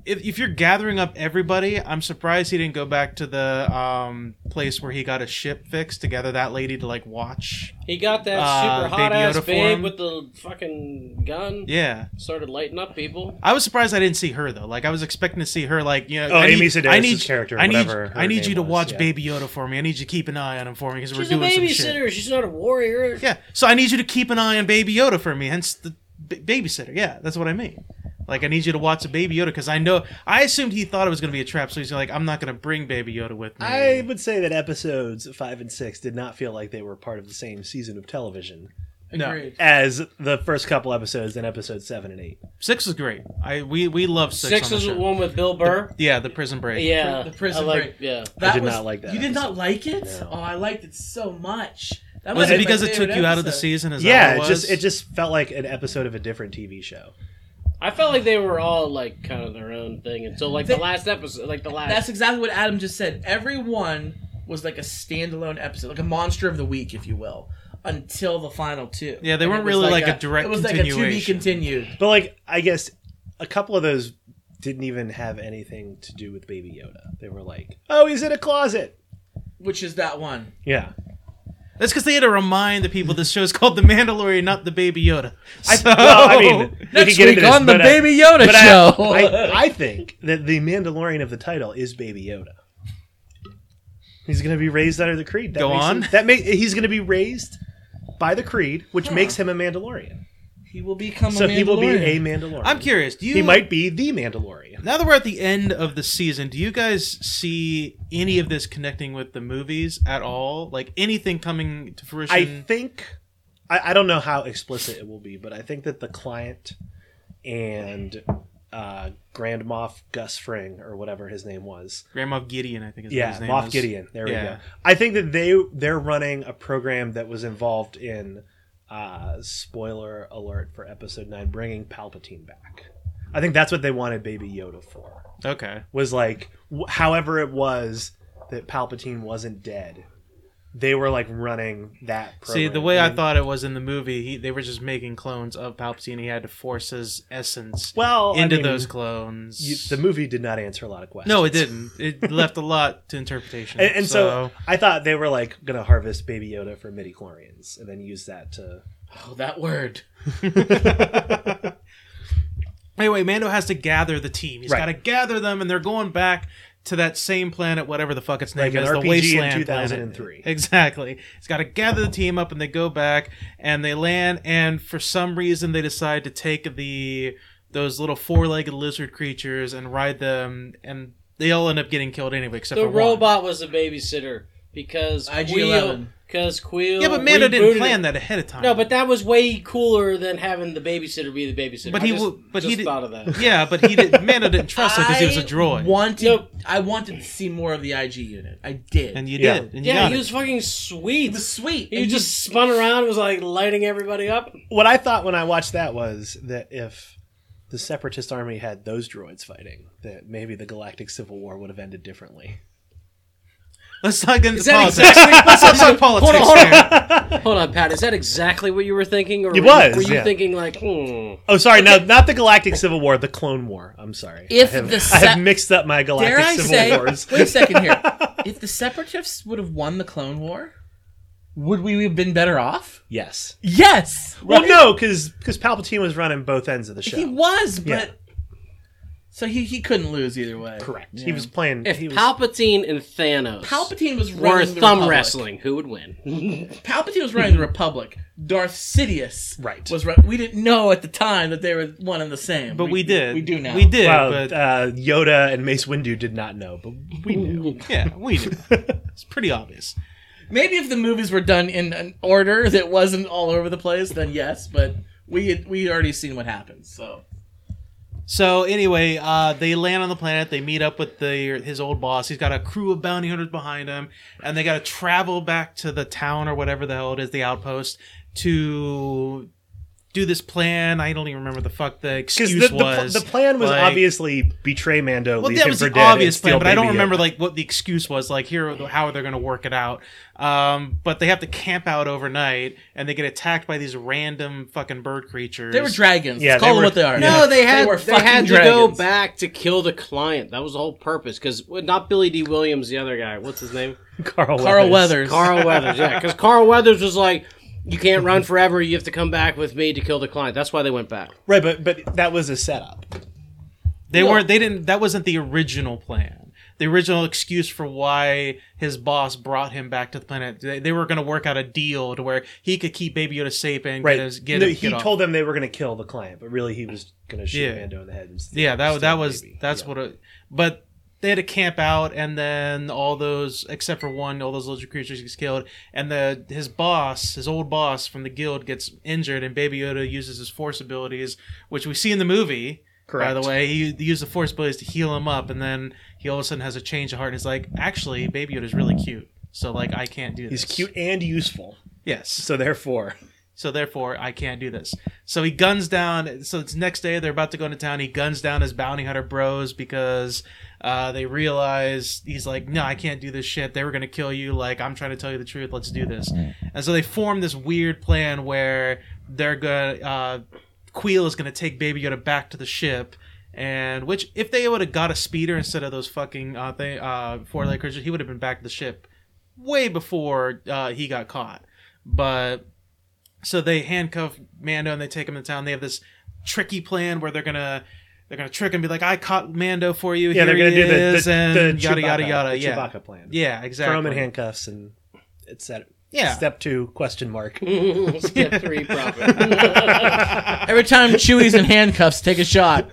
If, if you're gathering up everybody, I'm surprised he didn't go back to the um, place where he got a ship fixed to gather that lady to like watch.
He got that
Uh,
super hot ass
Baby Yoda form.
babe with the fucking gun.
Yeah.
Started lighting up people.
I was surprised I didn't see her though. Like I was expecting to see her. Like you know,
Oh,
I
Amy
need,
Sedaris'
I need,
character,
I need,
whatever her
I need
name
you to
was,
watch
yeah.
Baby Yoda for me. I need you to keep an eye on him for me because we're
She's a
doing some shit.
babysitter. She's not a warrior.
Yeah. So I need you to keep an eye on Baby Yoda for me. Hence the b- babysitter. Yeah, that's what I mean. Like I need you to watch a Baby Yoda because I know I assumed he thought it was going to be a trap. So he's like, I'm not going to bring Baby Yoda with me.
I would say that episodes five and six did not feel like they were part of the same season of television
No.
Agreed.
as the first couple episodes and episode seven and eight.
Six was great. I we we love six.
Six
on the
is the
show.
one with Bill Burr.
Yeah, the prison break.
Yeah,
The prison
I like,
break.
Yeah,
I did not like that
You did not like it?
No.
Oh, I liked it so much. That
Was
might be
it
my
because it took
favorite
you out of the
episode.
season? Is
yeah,
that
it
what
just
was?
it just felt like an episode of a different TV show.
I felt like they were all like kind of their own thing until like
They-
the last episode, like the last.
That's exactly what Adam just said. Everyone was like a standalone episode, like a monster of the week, if you will, until the final two.
Yeah, they
And
weren't
it was
really like a direct
It was like a to be
continuation.
continued.
But like, I guess a couple of those didn't even have anything to do with Baby Yoda. They were like, "Oh, he's in a closet."
Which is that one?
Yeah,
That's because they had to remind the people this show's <laughs> called The Mandalorian, not the Baby Yoda. So-
well, I
<laughs>
mean, we could get into this, but, uh,
Yoda
but I, I, I think that the Mandalorian of the title is Baby Yoda. He's going to be raised under the creed. That
Go
makes him-
on.
that make, he's going to be raised by the creed, which makes him a Mandalorian.
he will become
so
a
he will be
Mandalorian.
a Mandalorian.
I'm curious. Do you
He might be the Mandalorian.
now that we're at the end of the season? Do you guys see any of this connecting with the movies at all? Like anything coming to fruition?
I think I, I don't know how explicit it will be, but I think that the client and uh, Grand Moff Gus Fring or whatever his name was
Grand Moff Gideon, I think is what
Yeah,
his name
Moff
is.
Gideon. There we
Yeah.
go. I think that they they're running a program that was involved in uh, spoiler alert for episode nine, bringing Palpatine back. I think that's what they wanted Baby Yoda for.
Okay.
Was like, wh- however it was that Palpatine wasn't dead, they were like running that. Program.
See, the way I
And-
thought it was in the movie, he, they were just making clones of Palpatine. He had to force his essence
well I
into
mean,
those clones.
you- the movie did not answer a lot of questions.
no, it didn't. It left a lot to
<laughs>
interpretation.
And, and so, I thought they were like gonna harvest Baby Yoda for midi chlorians and then use that to.
Oh, that word.
<laughs> Anyway, Mando has to gather the team. He's
Right.
got to gather them, and they're going back to that same planet, whatever the fuck its name
Like an
is,
RPG
the
in
wasteland
2003.
planet. Exactly. He's got to gather the team up, and they go back, and they land, and for some reason they decide to take the those little four legged lizard creatures and ride them, and they all end up getting killed anyway, except
The
for one.
robot was the babysitter because
IG-11.
because Quill.
Yeah, but Mando
rebooted
didn't plan
it.
that ahead of time.
No, but that was way cooler than having the babysitter be the babysitter.
But
I
he
just,
will- but
just
he did-
thought of <laughs> that.
yeah, but he didn't. Mando didn't trust it because he
<laughs>
was a
I
droid,
wanted,
Nope.
I wanted to see more of the IG unit. I did.
and you
Yeah.
did. And you
Yeah,
got
he
it.
was fucking sweet.
it was sweet.
He
And
just spun around, and was like lighting everybody up.
What I thought when I watched that was that if the Separatist army had those droids fighting, that maybe the Galactic Civil War would have ended differently.
Let's not get into
Is that
politics.
exactly?
<laughs> Let's not talk
<laughs>
politics.
<laughs> hold on.
here.
Hold on, Pat. Is that exactly what you were thinking, or
It
were you-
was,
were you
yeah.
thinking like, hmm?
<laughs> Oh, sorry, no, not the Galactic Civil War, the Clone War. I'm sorry.
If
I have,
the
I have
se-
mixed up my Galactic
Dare I
Civil
say?
Wars.
Wait a
<laughs>
second here. if the Separatists would have won the Clone War, would we have been better off?
Yes.
Yes.
Well, no, because Palpatine was running both ends of the show.
He was, but
Yeah.
so he he couldn't lose either way.
Correct.
Yeah.
He was playing.
If
he was,
Palpatine and Thanos
Palpatine was
were
running the
thumb
Republic.
wrestling, who would <laughs> win?
Palpatine was running the Republic. Darth Sidious
Right.
was run- we didn't know at the time that they were one and the same.
But we did.
We do now.
We did.
well,
but
uh, Yoda and Mace Windu did not know, but we knew.
yeah,
<laughs>
we do. It's pretty obvious.
Maybe if the movies were done in an order that wasn't all over the place, then yes. But we had, we had already seen what happened. So
So anyway, uh, they land on the planet. They meet up with the his old boss. He's got a crew of bounty hunters behind him, and they got to travel back to the town or whatever the hell it is, the outpost, to do this plan. I don't even remember the fuck the
Because
excuse
the, the, pl-
was.
the plan was
Like-
obviously betray Mando,
Well,
leave
that
him
was
for
the
dead, and
obvious plan,
steal
but I don't
Baby
remember
Yoda.
like what the excuse was. Like here, how they're going to work it out. Um, but they have to camp out overnight, and they get attacked by these random fucking bird creatures.
they were dragons.
Yeah, they
Yeah, call
were-
them what they are.
No, they had
were
they,
fucking
had to go
dragons.
back to kill the client. That was the whole purpose. Because not Billy D. Williams, the other guy. What's his name?
Carl,
Carl
Weathers.
Weathers.
Carl Weathers. Yeah, because Carl Weathers was like, "You can't run forever. You have to come back with me to kill the client." That's why they went back.
Right, but but that was a setup.
They weren't. They didn't. That wasn't the original plan. The original excuse for why his boss brought him back to the planet. They, they were going to work out a deal to where he could keep Baby Yoda safe and
Right.
get his get,
No,
him-
he
get off.
told them they were going to kill the client, but really he was going to shoot
Yeah.
Mando in the head. And steal,
Yeah, that
steal
that was
Baby.
that's
Yeah.
what. It, but they had to camp out, and then all those except for one, all those lizard creatures gets killed, and the his boss, his old boss from the guild, gets injured, and Baby Yoda uses his force abilities, which we see in the movie. By
Correct.
the way, he, he used the force abilities to heal him up, and then he all of a sudden has a change of heart, and he's like, "Actually, Baby Yoda's really cute." So like, I can't do this.
He's cute and useful,
Yes.
so therefore,
So therefore, I can't do this. So he guns down. So it's next day. They're about to go into town. He guns down his bounty hunter bros because uh, they realize he's like, no, I can't do this shit. They were gonna kill you. Like I'm trying to tell you the truth. Let's do this. And so they form this weird plan where they're gonna uh, Queel is gonna take Baby Yoda back to the ship. And which, if they would have got a speeder instead of those fucking uh, thing, uh, four
Mm-hmm.
leg creatures, he would have been back to the ship way before uh, he got caught. But so they handcuff Mando and they take him to town. They have this tricky plan where they're gonna they're gonna trick him, be like, "I caught Mando for you."
yeah, they're
Here
going
he
to do the,
is," and
the, the
yada
Chewbacca,
yada yada.
the
yeah,
Chewbacca plan.
yeah,
throw
exactly.
him in handcuffs and etc.
Yeah. Mm.
Step two question mark.
<laughs> Step three, profit.
<laughs> Every time Chewie's in handcuffs, take a shot.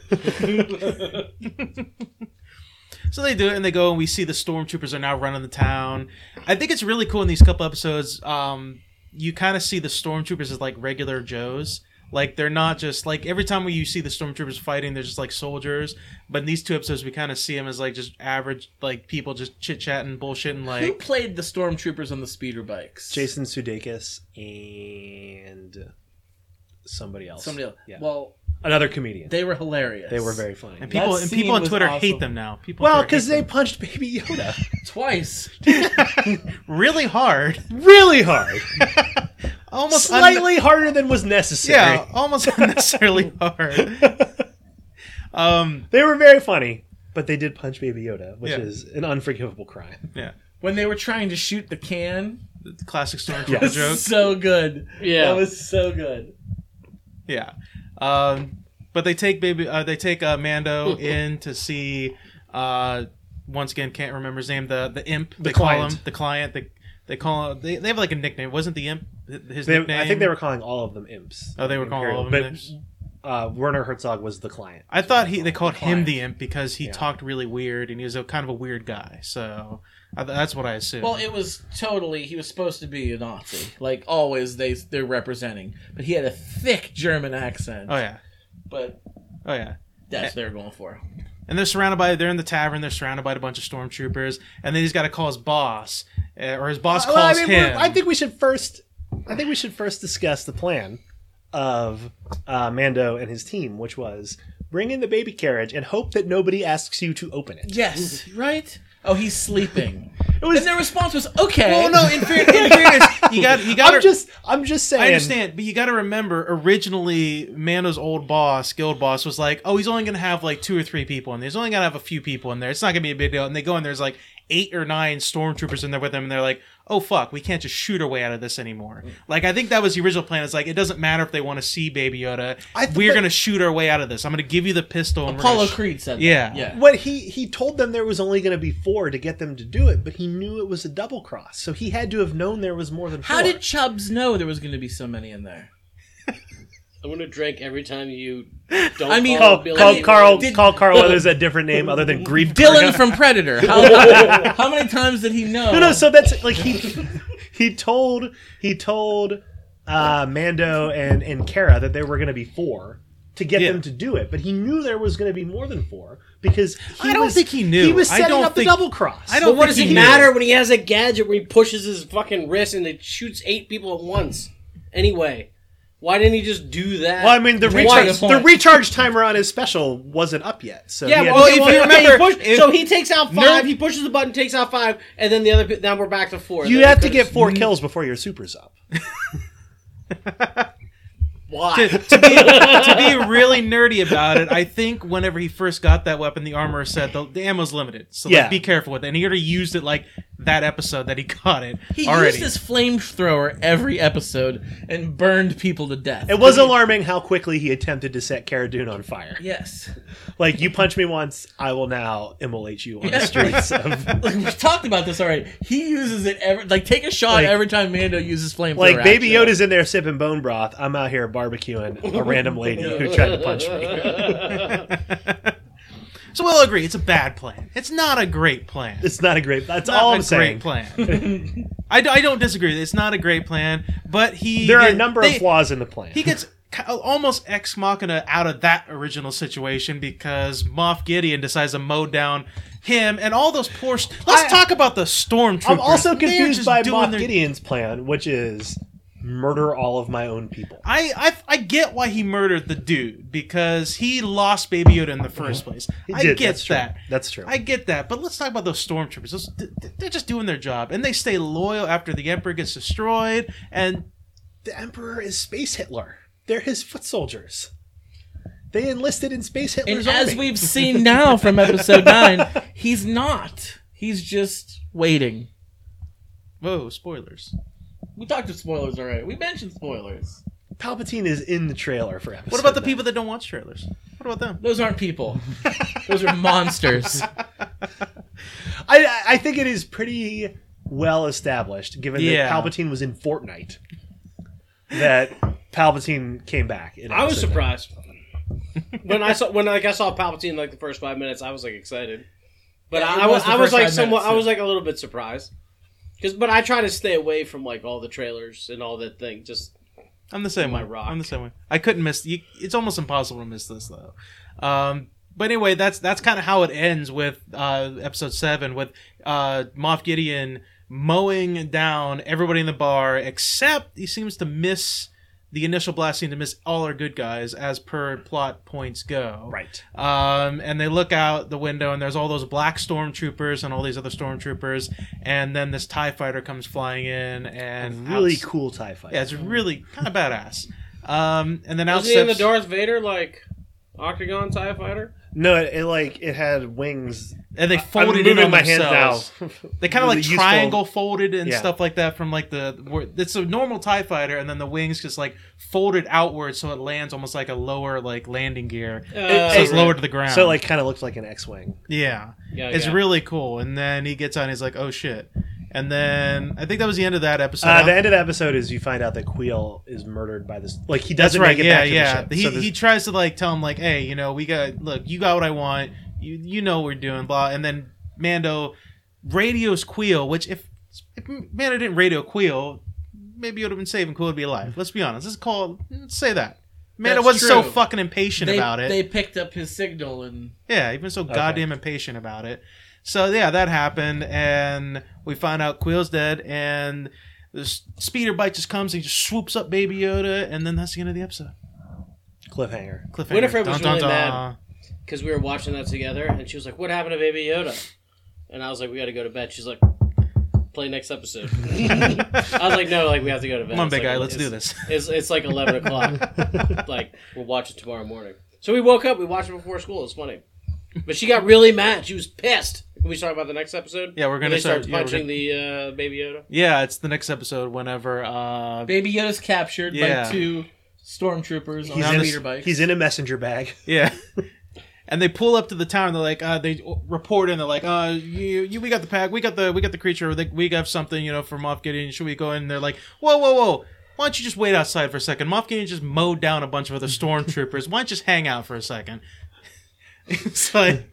So they do it, and they go, and we see the stormtroopers are now running the town. I think it's really cool in these couple episodes. Um, you kind of see the stormtroopers as like regular Joes. Like they're not just like every time we you see the stormtroopers fighting, they're just like soldiers. But in these two episodes, we kind of see them as like just average like people just chit chatting, bullshitting.
Who
Like
played the stormtroopers on the speeder bikes?
Jason Sudeikis and somebody else.
Somebody else.
Yeah.
Well,
Another comedian. They,
They were hilarious.
were very funny.
And people
That
and people
scene
on
was
Twitter hate
awesome.
them now. People on
well,
Twitter hate
because they punched Baby Yoda
twice.
them really hard, <laughs>
really hard,
almost un-
slightly harder than was necessary.
yeah, almost <laughs> unnecessarily hard. Um,
They were very funny, but they did punch Baby Yoda, which
Yeah.
is an unforgivable crime.
yeah,
When they were trying to shoot the can,
the classic stormtrooper
Yes.
joke.
<laughs> so good.
<laughs> Yeah.
that was so good.
Yeah. Um, but they take baby. Uh, they take uh,
<laughs>
Mando in to see. Uh, once again, can't remember his name. The the imp. they call
client.
him the client. They they call they, they have like a nickname. Wasn't the imp th- his
They,
nickname?
I think they were calling all of them imps.
Oh, they were calling all of them imps?
But uh, Werner Herzog was the client.
I thought he they called him
client.
the imp because he
Yeah.
talked really weird and he was a kind of a weird guy. So I, th- that's what I assume.
Well, it was totally. He was supposed to be a Nazi, like always. They they're representing, but he had a thick German accent.
oh yeah,
But
oh yeah.
that's what they're going for.
And they're surrounded by they're in the tavern. They're surrounded by a bunch of stormtroopers, and then he's got to call his boss, uh, or his boss
Well, I
calls
mean,
him.
we're- I think we should first. I think we should first discuss the plan of uh, Mando and his team, which was bring in the baby carriage and hope that nobody asks you to open it.
Yes, <laughs> right. Oh, he's sleeping.
It was.
and their response was okay.
Well, no, in fair-
<laughs>
<laughs>
in fairness, you got you got
I'm <laughs> just. I'm just saying.
I understand, but you got to remember originally Mando's old boss, guild boss, was like, "Oh, he's only going to have like two or three people, and he's only going to have a few people in there. It's not going to be a big deal." And they go in there's like eight or nine stormtroopers in there with them, and they're like, "Oh fuck, we can't just shoot our way out of this anymore." Like I think that was the original plan. It's like it doesn't matter if they want to see Baby Yoda.
I th-
we're
but-
going to shoot our way out of this. I'm going to give you the pistol. And
Apollo
we're gonna
Creed said.
Yeah.
that. yeah.
What he he told them there was only going to be four to get them to do it, but he knew it was a double cross, so he had to have known there was more than four.
How did Chubbs know there was going to be so many in there?
I'm gonna drink every time you don't.
I mean-
call,
call,
Bill
call
Gates.
Carl
Did-
call Carl others a different name other than Grief
Dylan from <laughs> Predator. How, how many times did he know?
No, no. So that's like he <laughs> he told he told uh, Mando and and Kara that there were going to be four to get
Yeah.
them to do it, but he knew there was going to be more than four because he
I don't
was,
think he knew.
He was
I
setting
don't
up
think-
the double cross.
I don't-
But what
think
does it
he
matter when he has a gadget where he pushes his fucking wrist and it shoots eight people at once? Anyway, why didn't he just do that?
Well, I mean the
Why-
recharge the recharge timer on his special wasn't up yet, so
Yeah,
he had-
well,
if
if
you
you
remember-
he push,
if-
so he takes out
Nerd-
five. He pushes the button, takes out five, and then the other. pe- Now we're back to four.
you
Then he
have to get
could've-
four kills before your super's up.
Why?
to be to be really nerdy about it, I think whenever he first got that weapon, the armor said the, the ammo's limited, so
Yeah.
like, be careful with it. And he already used it like that episode that he got it
He
already.
used his flamethrower every episode and burned people to death.
It was alarming how quickly he attempted to set Cara Dune on fire.
Yes.
Like you punch me once, I will now immolate you on the
Yeah.
streets of
<laughs> Like, we've talked about this already. He uses it every like take a shot
Like-
every time Mando uses flamethrower.
Like Baby
action.
Yoda's in there sipping bone broth. I'm out here barbecuing a random lady who tried to punch
<laughs>
me.
so we'll agree it's a bad plan. It's not a great plan.
It's not a great. That's
not
all
a
I'm saying.
great plan.
<laughs>
I, d- I don't disagree. with it. It's not a great plan, but he
There are a
get-
number
they-
of flaws in the plan.
He gets ki- almost ex machina out of that original situation because Moff Gideon decides to mow down him and all those poor. St- Let's
I-
talk about the stormtroopers.
I'm also
They're
confused
just
by
doing
Moff
their-
Gideon's plan, which is murder all of my own people.
I, I I get why he murdered the dude because he lost Baby Yoda in the first place.
Uh-huh. He
I
did,
get
that's true.
that.
That's true.
I get that. But let's talk about those stormtroopers. Those, th- th- they're just doing their job and they stay loyal after the Emperor gets destroyed. And
the Emperor is Space Hitler. They're his foot soldiers. They enlisted in Space Hitler's
And as
army.
we've seen now from episode nine, he's not. He's just waiting.
whoa, spoilers.
We talked to spoilers already. We mentioned spoilers.
Palpatine is in the trailer for episode.
What about the
nine.
people that don't watch trailers? What about them?
Those
<laughs>
aren't people. Those are monsters.
I- I I think it is pretty well established, given
Yeah.
that Palpatine was in Fortnite, that Palpatine came back. in
I was
episode nine.
surprised when I saw when like I saw Palpatine like the first five minutes. I was like excited, but
Yeah, it
I, I
was
was
the
I was
first
like
five
somewhat
minutes,
I was
yeah.
like a little bit surprised because but I try to stay away from like all the trailers and all that thing. Just
I'm the same
my
way.
rock.
I'm the same way. I couldn't miss. You, it's almost impossible to miss this though. Um, but anyway, that's that's kind of how it ends with uh, episode seven with uh, Moff Gideon mowing down everybody in the bar, except he seems to miss the initial blast seem to miss all our good guys as per plot points go.
Right.
Um, and they look out the window, and there's all those black stormtroopers and all these other stormtroopers, and then this Tie Fighter comes flying in, and
really
outs-
cool tie fight.
yeah, it's really kind of badass. Um, and then out
Was he in the
steps-
Darth Vader like octagon Tie Fighter?
No, it, it like it had wings.
and they
I'm
folded in
moving
on
my hands now.
themselves. They kind of
Really
like
useful.
triangle folded and
Yeah.
stuff like that from like the where- it's a normal Tie Fighter, and then the wings just like folded outward, so it lands almost like a lower like landing gear,
Uh,
so it's
right.
lower to the ground.
<laughs> So it, like oh, kind of looks like an X-wing.
yeah.
Yeah,
It's
yeah.
really cool. And then he gets on. He's like, "Oh shit!" And then I think that was the end of that episode.
Uh, the end of the episode is you find out that Queel is murdered by this. Like he doesn't make it
yeah,
back to the
yeah.
ship.
He,
So this-
he tries to like tell him like, "Hey, you know, we got look. You got what I want. You you know what we're doing." Blah. And then Mando radios Queel, which if if Mando didn't radio Queel, maybe it would have been saving Queel to be alive. Let's be honest. Let's call. Let's say that. Mando
That's
wasn't so
true.
fucking impatient
they,
about it.
They picked up his signal and
Yeah, he's been so goddamn impatient about it. So yeah, that happened, and we find out Quill's dead, and the s- speeder bike just comes and just swoops up Baby Yoda, and then that's the end of the episode.
<laughs> cliffhanger.
Cliffhanger.
Winifred was
Dun, dun,
really
dun.
mad. because we were watching that together, and she was like, "What happened to Baby Yoda?" And I was like, "We got to go to bed." She's like, "Play next episode." <laughs> I was like, "No, like we have to go to bed."
<laughs> Come on,
It's
big
like-
guy, let's
it's-
do this.
It's it's like eleven o'clock. like we'll watch it tomorrow morning. So we woke up, we watched it before school. It's funny, but she got really mad. She was pissed. Can we talk about the next episode?
<laughs> Yeah, we're
When
gonna
they
start-
start
yeah, we're
punching the uh, Baby Yoda.
Yeah, it's the next episode. Whenever uh,
Baby Yoda's captured
Yeah.
by two stormtroopers on
He's
a
in,
speeder bike.
he's in a messenger bag.
Yeah. <laughs> And they pull up to the tower and they're like, uh, they report and they're like, uh, you, you, we got the pack, we got the, we got the creature, they, we got something, you know, for Moff Gideon. Should we go? in? And they're like, whoa, whoa, whoa, why don't you just wait outside for a second? Moff Gideon just mowed down a bunch of other stormtroopers. why don't you just hang out for a second? <laughs> it's like,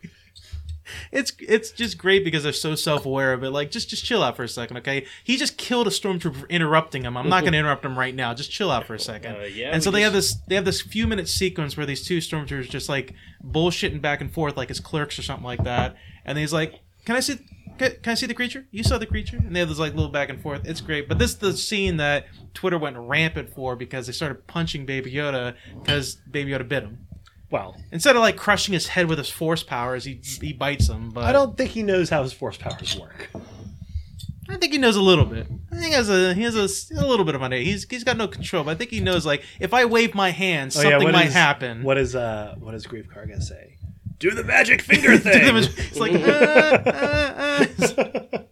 it's it's just great because they're so self aware of it. Like, just just chill out for a second, okay? He just killed a stormtrooper for interrupting him. I'm not going to interrupt him right now. Just chill out for a second.
Uh, yeah,
and so
we
they have
just-
this they have this few minute sequence where these two stormtroopers just like bullshitting back and forth like his clerks or something like that. And he's like, "Can I see?" Can can I see the creature? You saw the creature, and they have this like little back and forth. It's great, but this is the scene that Twitter went rampant for because they started punching Baby Yoda because Baby Yoda bit him.
<laughs> Well,
Instead of like crushing his head with his force powers, he he bites him. But
I don't think he knows how his force powers work.
I think he knows a little bit. I think he has a he has a, s- a little bit of an idea. He's he's got no control, but I think he knows like if I wave my hand,
Oh,
<laughs> something
what
might
is-
happen. <laughs>
What is uh what does Grief Karga say? Do the magic
<laughs>
finger thing.
it's like uh, <laughs> uh, uh.
<laughs>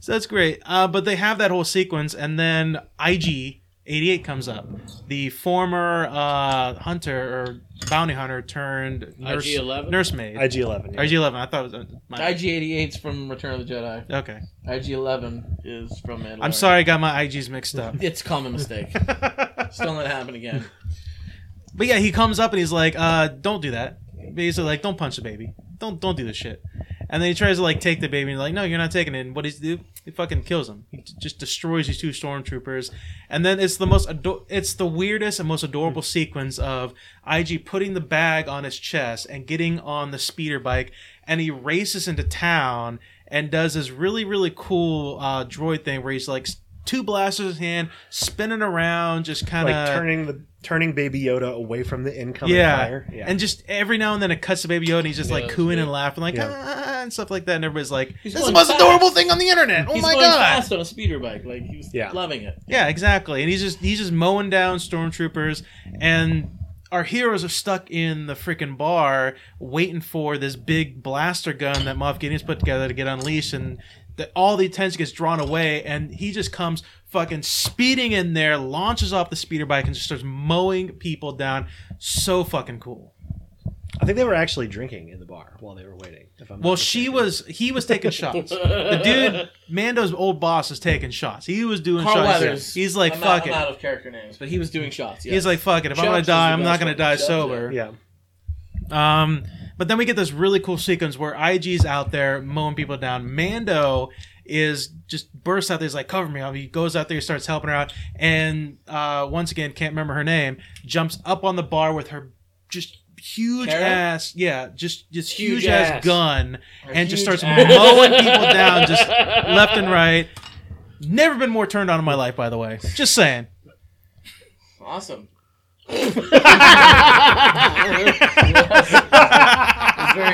so that's great. Uh, but they have that whole sequence, and then IG eighty eight comes up, the former uh, hunter or bounty hunter turned nurse,
IG-11?
nursemaid.
IG eleven.
IG eleven. I thought it was uh, my,
IG-88's from Return of the Jedi.
okay.
IG-11 is from Mandalorian.
I'm sorry, I got my IGs mixed up.
It's a common mistake. Still not happen again.
But yeah, he comes up and he's like, uh, "Don't do that." Basically, like, "Don't punch the baby. Don't don't do this shit." And then he tries to like take the baby and like, "No, you're not taking it." And what does he do? He fucking kills him. He j- just destroys these two stormtroopers. And then it's the most ado- it's the weirdest and most adorable sequence of IG putting the bag on his chest and getting on the speeder bike, and he races into town and does this really really cool uh, droid thing where he's like. s- Two blasters in his hand, spinning around, just
<laughs>
kind
like
of
turning the turning Baby Yoda away from the incoming
Uh, yeah.
fire. Yeah.
And just every now and then it cuts to Baby Yoda and he's just like
that's
cooing
good.
and laughing, like,
Yeah.
ah, and stuff like that. And everybody's like, this is the
going
most
fast.
adorable thing on the internet. Oh
He's
my
going
God.
fast on a speeder bike. Like, he was
Yeah.
loving it.
Yeah, exactly. And he's just he's just mowing down stormtroopers and our heroes are stuck in the freaking bar waiting for this big blaster gun that Moff Gideon's put together to get unleashed and that all the attention gets drawn away and he just comes fucking speeding in there, launches off the speeder bike and just starts mowing people down. So fucking cool.
I think they were actually drinking in the bar while they were waiting. If I'm not
Well, she
mistaken.
was. He was taking shots. <laughs> The dude, Mando's old boss, is taking shots. He was doing
Carl
shots.
Weathers.
He's like,
I'm
fuck
out,
it.
I'm out of character names, but he was doing shots. Yes.
He's like, fuck it. If I'm
Shots
gonna
is the
die, I'm
best
not gonna
one.
die
Shots,
sober.
Yeah.
Um, but then we get this really cool sequence where IG's out there mowing people down. Mando is just bursts out there. He's like, cover me. up." He goes out there, he starts helping her out, and uh, once again, can't remember her name. Jumps up on the bar with her just huge
Carrot?
ass, yeah, just just huge,
Huge
ass,
ass.
gun,
A
and just
huge
starts
ass.
mowing people down, just left and right. Never been more turned on in my life, by the way. Just saying.
Awesome. Very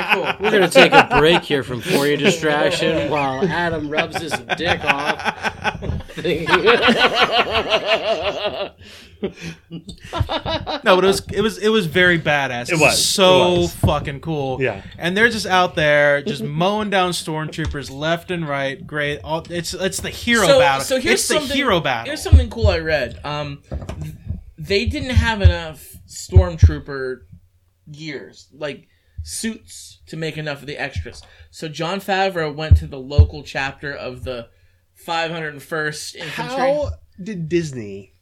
cool.
We're going to take a break here from For Your
<laughs>
Distraction while <laughs> Adam rubs his dick off. <laughs>
No, but it was it was it was very badass. It
was. It
so
was.
fucking cool.
Yeah.
and they're just out there just mowing down stormtroopers left and right. Great. All, it's it's the hero battle.
So here's
it's the
something,
hero battle.
Here's something cool I read. Um, th- they didn't have enough stormtrooper gears, like suits, to make enough of the extras. So John Favreau went to the local chapter of the 501st Infantry.
How did Disney,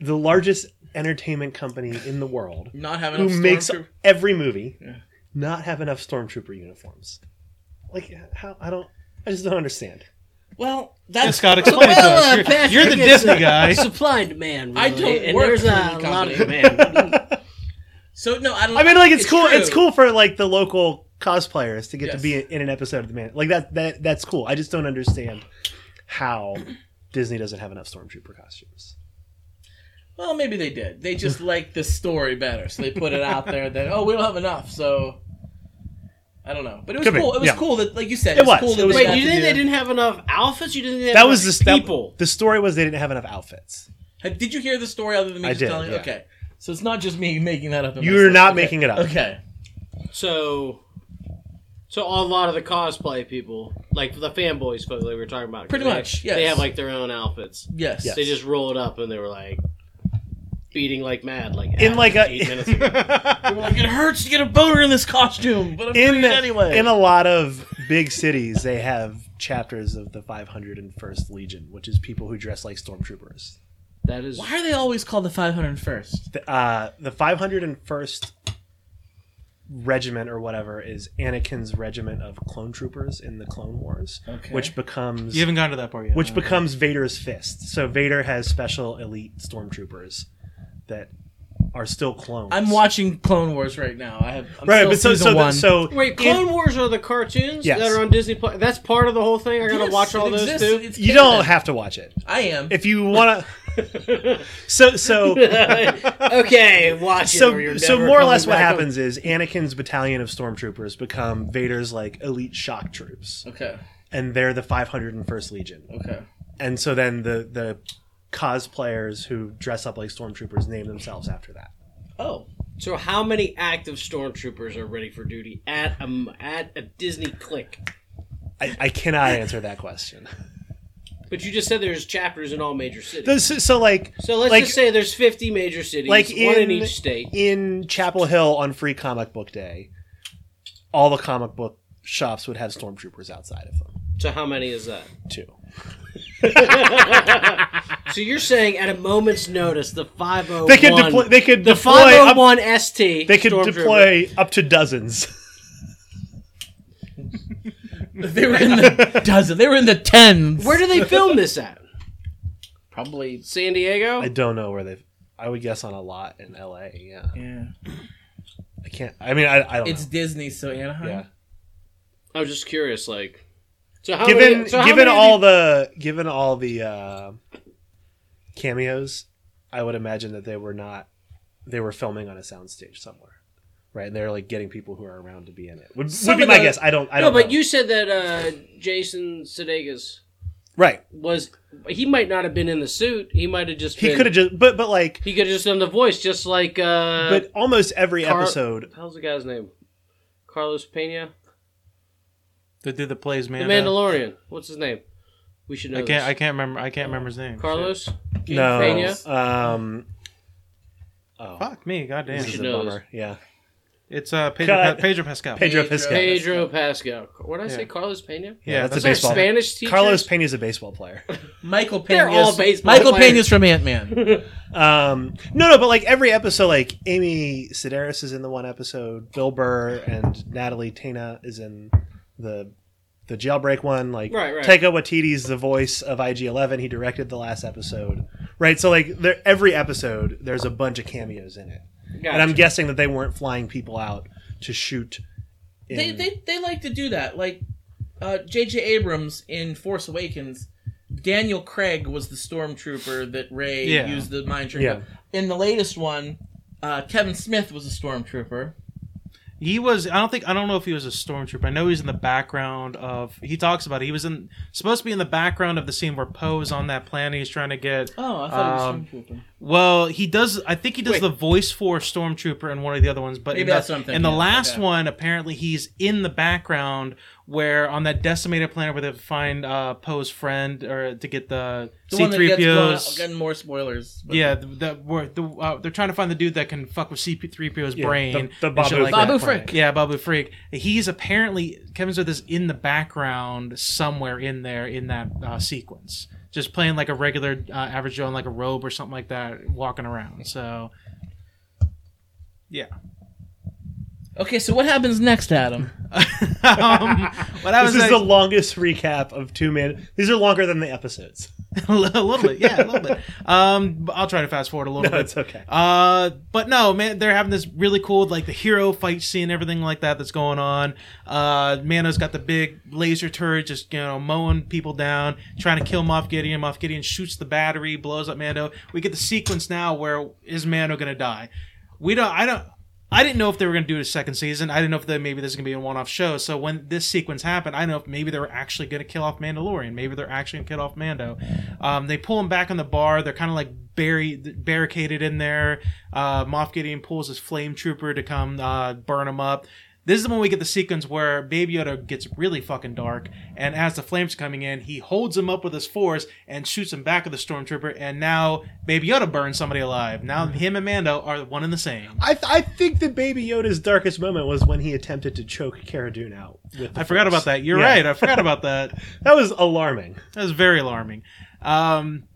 the largest entertainment company in the world,
Not have
who
enough
makes
stormtrooper.
every movie,
Yeah.
not have enough stormtrooper uniforms? Like how? I don't. I just don't
<laughs>
understand.
Well, uh,
Yeah,
that's
Scott, explain to
uh,
us. You're- You're, the Disney
<laughs>
guy.
Supply and demand. Really.
I don't
and
work
there's
for
a
the
lot of
company.
demand.
so no. I don't.
I mean, like it's, cool.
true.
It's cool for like the local cosplayers to get to
Yes.
be in an episode of the man. Like that. That that's cool. I just don't understand how Disney doesn't have enough stormtrooper costumes.
Well, maybe they did. They
<laughs>
just liked the story better, so they put it out there that oh, we don't have enough, so I don't know. But it was
Could be,
cool. It was
yeah.
cool that, like you said,
It
it
was.
was, cool that
It was
they
Wait,
got
you
to
think
do
they
that.
didn't have enough outfits? You didn't. Have
That
enough
was the that-
people.
the story was they didn't have enough outfits.
Have- Did you hear the story other than me
I
just
did,
telling you?
yeah.
Okay, so it's not just me making that up. in my
You're
sleep.
not
Okay.
making it up.
Okay,
So, so a lot of the cosplay people, like the fanboys, folks, like we were talking about,
Pretty
they-
much, yes.
they have like their own outfits.
yes.
Yes.
They just rolled up and they were like beating like mad, like
In
at
like a
eight minutes.
<laughs>
Ago.
They were like, it hurts to get a boner in this costume, but I'm
in
doing it anyway.
in a lot of big cities, they have chapters of the 501st Legion, which is people who dress like stormtroopers.
That is
Why are they always called the 501st?
The, uh, the 501st regiment or whatever is Anakin's regiment of clone troopers in the Clone Wars,
Okay.
which becomes
You haven't gotten to that part yet.
which becomes Vader's fist. So Vader has special elite stormtroopers that are still clones.
I'm watching Clone Wars right now. I have I'm
right,
still
but so
season
so the,
one.
so
wait. Clone Wars are the cartoons
Yes.
that are on Disney Plus. That's part of the whole thing. I gotta
Yes,
watch all
it
those
<laughs>
exists.
too.
It's
you don't
canon.
have to watch it
I am.
if you want to. so so
okay, watch it. or
so,
you're
so
never
more or
coming
less what
back up.
happens is Anakin's battalion of stormtroopers become Vader's like elite shock troops,
okay.
and they're the 501st Legion.
Okay.
And so then the the cosplayers who dress up like stormtroopers name themselves after that.
Oh.
So how many active stormtroopers are ready for duty at a at a Disney click?
I, I cannot answer that question.
But you just said there's chapters in all major cities.
Those- So, so, like
So let's
like,
just say there's 50 major cities,
like
one in
in-
each state.
in Chapel Hill on Free Comic Book Day, all the comic book shops would have stormtroopers outside of them
So how many is that?
too.
So you're saying at a moment's notice, the 501
They could deploy. They could
the
deploy. Up,
501 ST.
they could
Stormtrooper.
deploy up to dozens.
<laughs> They were in the dozen. They were in the tens.
Where do they film this at?
probably?
San Diego.
I don't know where they've. I would guess on a lot in LA. Yeah,
Yeah,
I can't. I mean, I, I don't
it's
know.
Disney, so Anaheim.
Yeah.
I was just curious, like, so how
given
many, so how
given
many
all
do
the given all the uh, cameos, I would imagine that they were not. They were filming on a soundstage somewhere, right? And they're like getting people who are around to be in it. Would, would
Some
be
of
my
the-
guess. I don't. I
you-
don't.
no, but
know.
you said that uh, Jason Sudeikis
right.
was he might not have been in the suit. He might have just
He
been-
could have just. But but like.
he could have just done the voice, just like uh,
But almost every
Car-
episode.
how's the guy's name? Carlos Pena.
the dude that plays
The
man. uh,
Mandalorian. What's his name? We should know.
I can't. I
this.
can't remember. I can't remember his name.
Carlos.
No.
Pena?
Um.
Shit.
Oh,
Fuck me, goddamn.
this is
should
a
know
bummer. Yeah.
It's uh Pedro,
Cut.
pa- Pedro Pascal.
Pedro
Pedro.
Pascal.
Hey,
Pedro Pascal. What did I say?
Yeah.
Carlos Pena.
Yeah,
Yeah,
that's,
that's
a
our
baseball.
Spanish teacher.
Carlos Pena's a baseball player.
Michael
They're
Pena.
all baseball
Michael
players.
Pena's from Ant Man.
Um, no, no, but like every episode, like Amy Sedaris is in the one episode, Bill Burr and Natalie Tena is in the the jailbreak one. Like
Right, right.
Taika Waititi's the voice of IG11. He directed the last episode, right? So like there, every episode, there's a bunch of cameos in it,
Gotcha.
and I'm guessing that they weren't flying people out to shoot. In,
they, they they like to do that. Like uh J.J. Abrams in Force Awakens Daniel Craig was the stormtrooper that Ray
Yeah.
used the mind trick.
Yeah.
on. In the latest one, uh, Kevin Smith was a stormtrooper.
He was. I don't think. I don't know if he was a stormtrooper. I know he's in the background of. He talks about it. He was in supposed to be in the background of the scene where Poe's on that planet. He's trying to get.
Oh, I thought
Um,
he was a stormtrooper.
Well, he does. I think he does
Wait.
the voice for stormtrooper in one of the other ones. But
Maybe
in the,
that's what I'm thinking
In the
of,
last
okay.
one, apparently he's in the background where on that decimated planet where they find uh, Poe's friend or to get the
The one that gets blown up-
C-3PO's.
Again, more spoilers. but-
Yeah, the, the, where the, uh, they're trying to find the dude that can fuck with C-3PO's
Yeah,
brain.
the- the
and
Babu
shit like
Frick.
that.
Babu Frick.
Yeah, Babu Freak. He's apparently Kevin Smith is in the background somewhere in there in that uh, sequence, just playing like a regular uh, average Joe in like a robe or something like that, walking around. So, yeah. <laughs>
Okay, so what happens next, Adam?
um, what I was
This is
like,
the longest recap of two man. These are longer than the episodes. <laughs>
<laughs> a little bit, yeah, a little bit. Um, but I'll try to fast forward a little
No,
bit.
it's okay.
Uh, but no, man, they're having this really cool, like the hero fight scene, everything like that that's going on. Uh, Mano's got the big laser turret, just you know, mowing people down, trying to kill Moff Gideon. Moff Gideon shoots the battery, blows up Mando. We get the sequence now where is Mando gonna die? We don't. I don't. I didn't know if they were going to do a second season. I didn't know if they, maybe this is going to be a one-off show. So when this sequence happened, I don't know if maybe they were actually going to kill off Mandalorian. Maybe they're actually going to kill off Mando. Um, they pull him back on the bar. They're kind of like buried, barricaded in there. Uh, Moff Gideon pulls his flame trooper to come uh, burn him up. This is the one we get the sequence where Baby Yoda gets really fucking dark, and as the flames are coming in, he holds him up with his force and shoots him back at the stormtrooper, and now Baby Yoda burns somebody alive. Now him and Mando are one and the same.
I, th- I think that Baby Yoda's darkest moment was when he attempted to choke Cara Dune out. With the
I forgot
Force.
about that. You're
Yeah.
right. I forgot about that.
That was alarming.
That was very alarming. Um,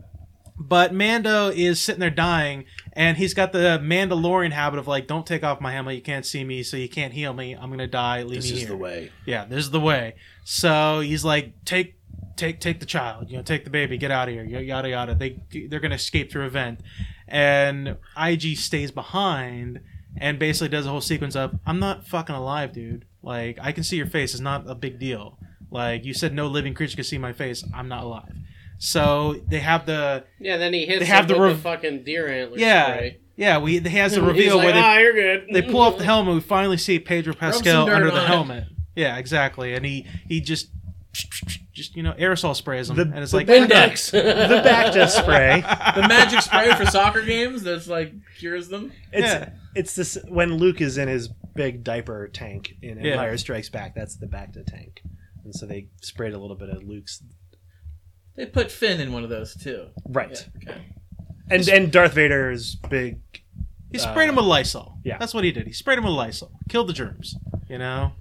but Mando is sitting there dying, and he's got the Mandalorian habit of like, "Don't take off my helmet. You can't see me, so you can't heal me. I'm gonna die. Leave me here."
way.
Yeah, this is the way. So he's like, take, take, take the child. You know, take the baby. Get out of here. y- Yada yada. They they're gonna escape through a vent, and IG stays behind and basically does a whole sequence of, "I'm not fucking alive, dude. Like I can see your face. It's not a big deal. Like you said, no living creature can see my face. I'm not alive." So they have the
Yeah, then he hits
They have
him
the
with
rev-
the fucking deer antler
yeah
spray.
yeah we he has
<laughs>
the
He's
reveal
like,
where they
"Ah, you're good.
they pull off
<laughs>
the helmet. We finally see Pedro Pascal
dirt
under
on
the
it.
helmet. Yeah, exactly. And he he just just you know aerosol sprays him,
The-
and it's
the
like <laughs>
Windex.
The
<laughs>
Bacta spray.
The magic spray for soccer games that's like cures them.
It's
Yeah.
it's this when Luke is in his big diaper tank in
Yeah.
Empire Strikes Back. That's the Bacta tank, and so they sprayed a little bit of Luke's
They put Finn in one of those too.
right,
Okay.
and and Darth Vader's big.
he sprayed him with Lysol.
yeah.
that's what he did. He sprayed him with Lysol, killed the germs. You know,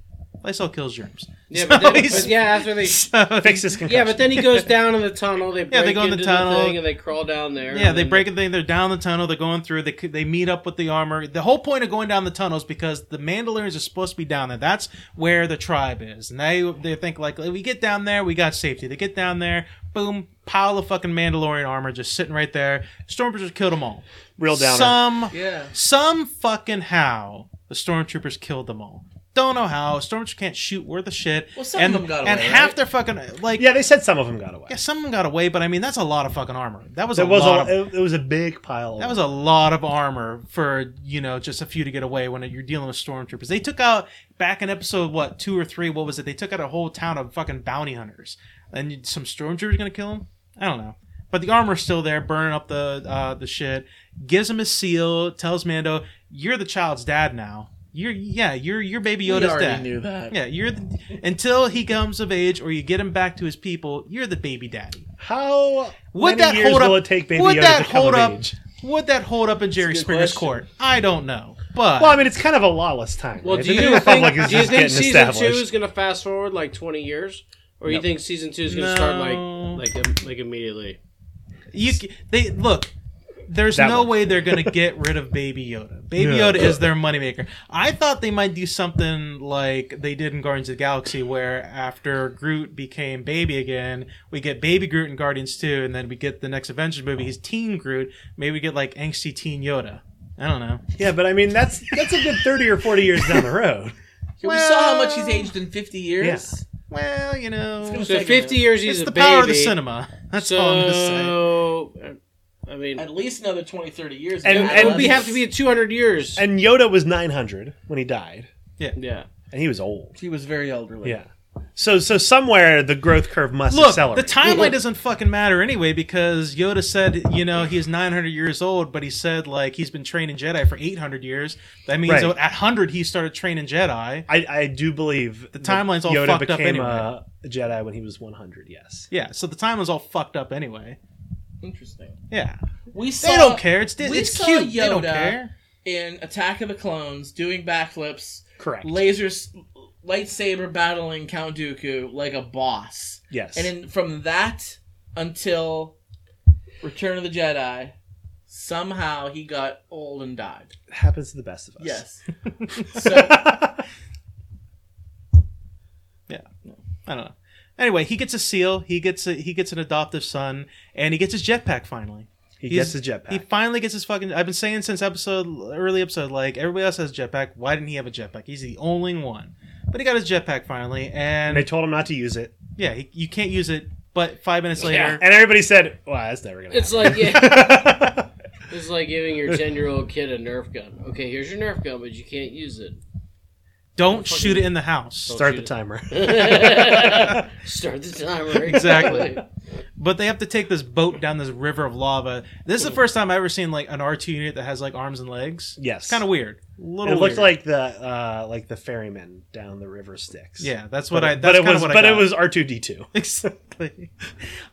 Lysol kills germs.
yeah,
<laughs>
but, then,
he's-
but yeah, after they
<laughs> So-
Fix this concussion.
yeah, but then he goes down in the tunnel. They break
Yeah, they go in the
into
tunnel.
thing and they crawl down there.
Yeah,
and
they
then-
break a thing. They're down the tunnel. They're going through. They they meet up with the armor. The whole point of going down the tunnel is because the Mandalorians are supposed to be down there. That's where the tribe is, and they they think like we get down there, we got safety. They get down there, boom, pile of fucking Mandalorian armor just sitting right there. Stormtroopers killed them all.
real downer.
Some
Yeah.
some fucking how the stormtroopers killed them all. Don't know how. Stormtroopers can't shoot worth a shit.
Well, some of
and,
them got
and
away,
half
right?
their fucking like
yeah, they said some of them got away.
yeah, some of them got away, but I mean that's a lot of fucking armor. That was
There
a
was
lot of
a, it, it was a big pile.
that was a lot of armor for you know just a few to get away when you're dealing with stormtroopers. They took out back in episode what two or three? What was it? They took out a whole town of fucking bounty hunters, and you- some stormtroopers gonna kill them? I don't know. But the armor's still there, burning up the uh, the shit. Gives him his seal. Tells Mando, "You're the child's dad now. You're yeah, you're your baby
You
Yoda's
already
dad.
knew that.
Yeah, you're the, until he comes of age or you get him back to his people. You're the baby daddy."
how many
Would that
years
hold
will
up-
it take Baby
would
Yoda
that
to come
hold
of
up-
age?
Would that hold up in Jerry
That's a good
Springer's
question.
court? I don't know, but
Well, I mean, it's kind of a lawless time.
Well,
right?
do
the
you
New Republic
think,
is
do you
just
think
getting
season two
established.
is going to fast forward like twenty years, or you
No.
think season two is going to
No.
start like like im- like immediately?
you c- they look. There's
That
no
one.
way they're gonna get rid of Baby Yoda. Baby
No.
Yoda is their moneymaker. I thought they might do something like they did in Guardians of the Galaxy, where after Groot became baby again, we get Baby Groot in Guardians 2, and then we get the next Avengers movie. He's Teen Groot. Maybe we get like angsty Teen Yoda. I don't know.
Yeah, but I mean, that's that's a good thirty or forty years down the road.
We saw how much he's aged in 50 years.
well, you know,
gonna-
So fifty years he's
it's
a
the
baby.
power of the cinema. That's
so,
all I'm gonna say.
I mean,
At least another 20, 30 years.
And-
Yeah,
it
and
would
I
be
love
have to be two hundred years.
And Yoda was 900 when he died,
yeah,
and he was old.
He was very elderly.
Yeah. So so somewhere the growth curve must
Look, the
accelerate.
timeline doesn't fucking matter anyway because Yoda said, you know, he's 900 years old, but he said like he's been training Jedi for 800 years. That means
Right.
at 100 he started training Jedi.
I, I do believe the
timeline's all
Yoda
fucked up
became a Jedi when he was 100. Yes.
Yeah, so the timeline was all fucked up anyway.
Interesting.
Yeah,
We saw
they don't care. It's
we
it's
saw
cute. They don't
Yoda
care.
in Attack of the Clones doing backflips,
Correct.
lasers, lightsaber battling Count Dooku like a boss.
yes.
And then from that until Return of the Jedi, somehow he got old and died.
it happens to the best of us.
Yes. so
I don't know. Anyway, he gets a seal. He gets a, he gets an adoptive son, and he gets his jetpack finally.
<laughs> he
He's-
gets his jetpack.
He finally gets his fucking. I've been saying since episode early episode, like everybody else has a jetpack. Why didn't he have a jetpack? He's the only one. But he got his jetpack finally,
and they
and
told him not to use it.
yeah, he, you can't use it. But five minutes
Yeah.
later,
And everybody said, "Well, that's never gonna."
it's like yeah,
<laughs> happen."
it's like giving your ten year old kid a Nerf gun. Okay, here's your Nerf gun, but you can't use it. <laughs>
don't
fucking-
Oh, shoot it in the house.
Don't
Start
shoot
the
it.
<laughs>
timer. <laughs>
Start the timer <laughs>
Exactly. But they have to take this boat down this river of lava. This is the first time I've ever seen like an R two unit that has like arms and legs.
Yes.
It's kind of weird. A little.
It looked
weird.
like the uh, like the ferryman down the river Styx.
Yeah, that's what
But,
I.
it-
That's
but it
kinda
was
what I
but it
got.
was R two D two.
<laughs> exactly.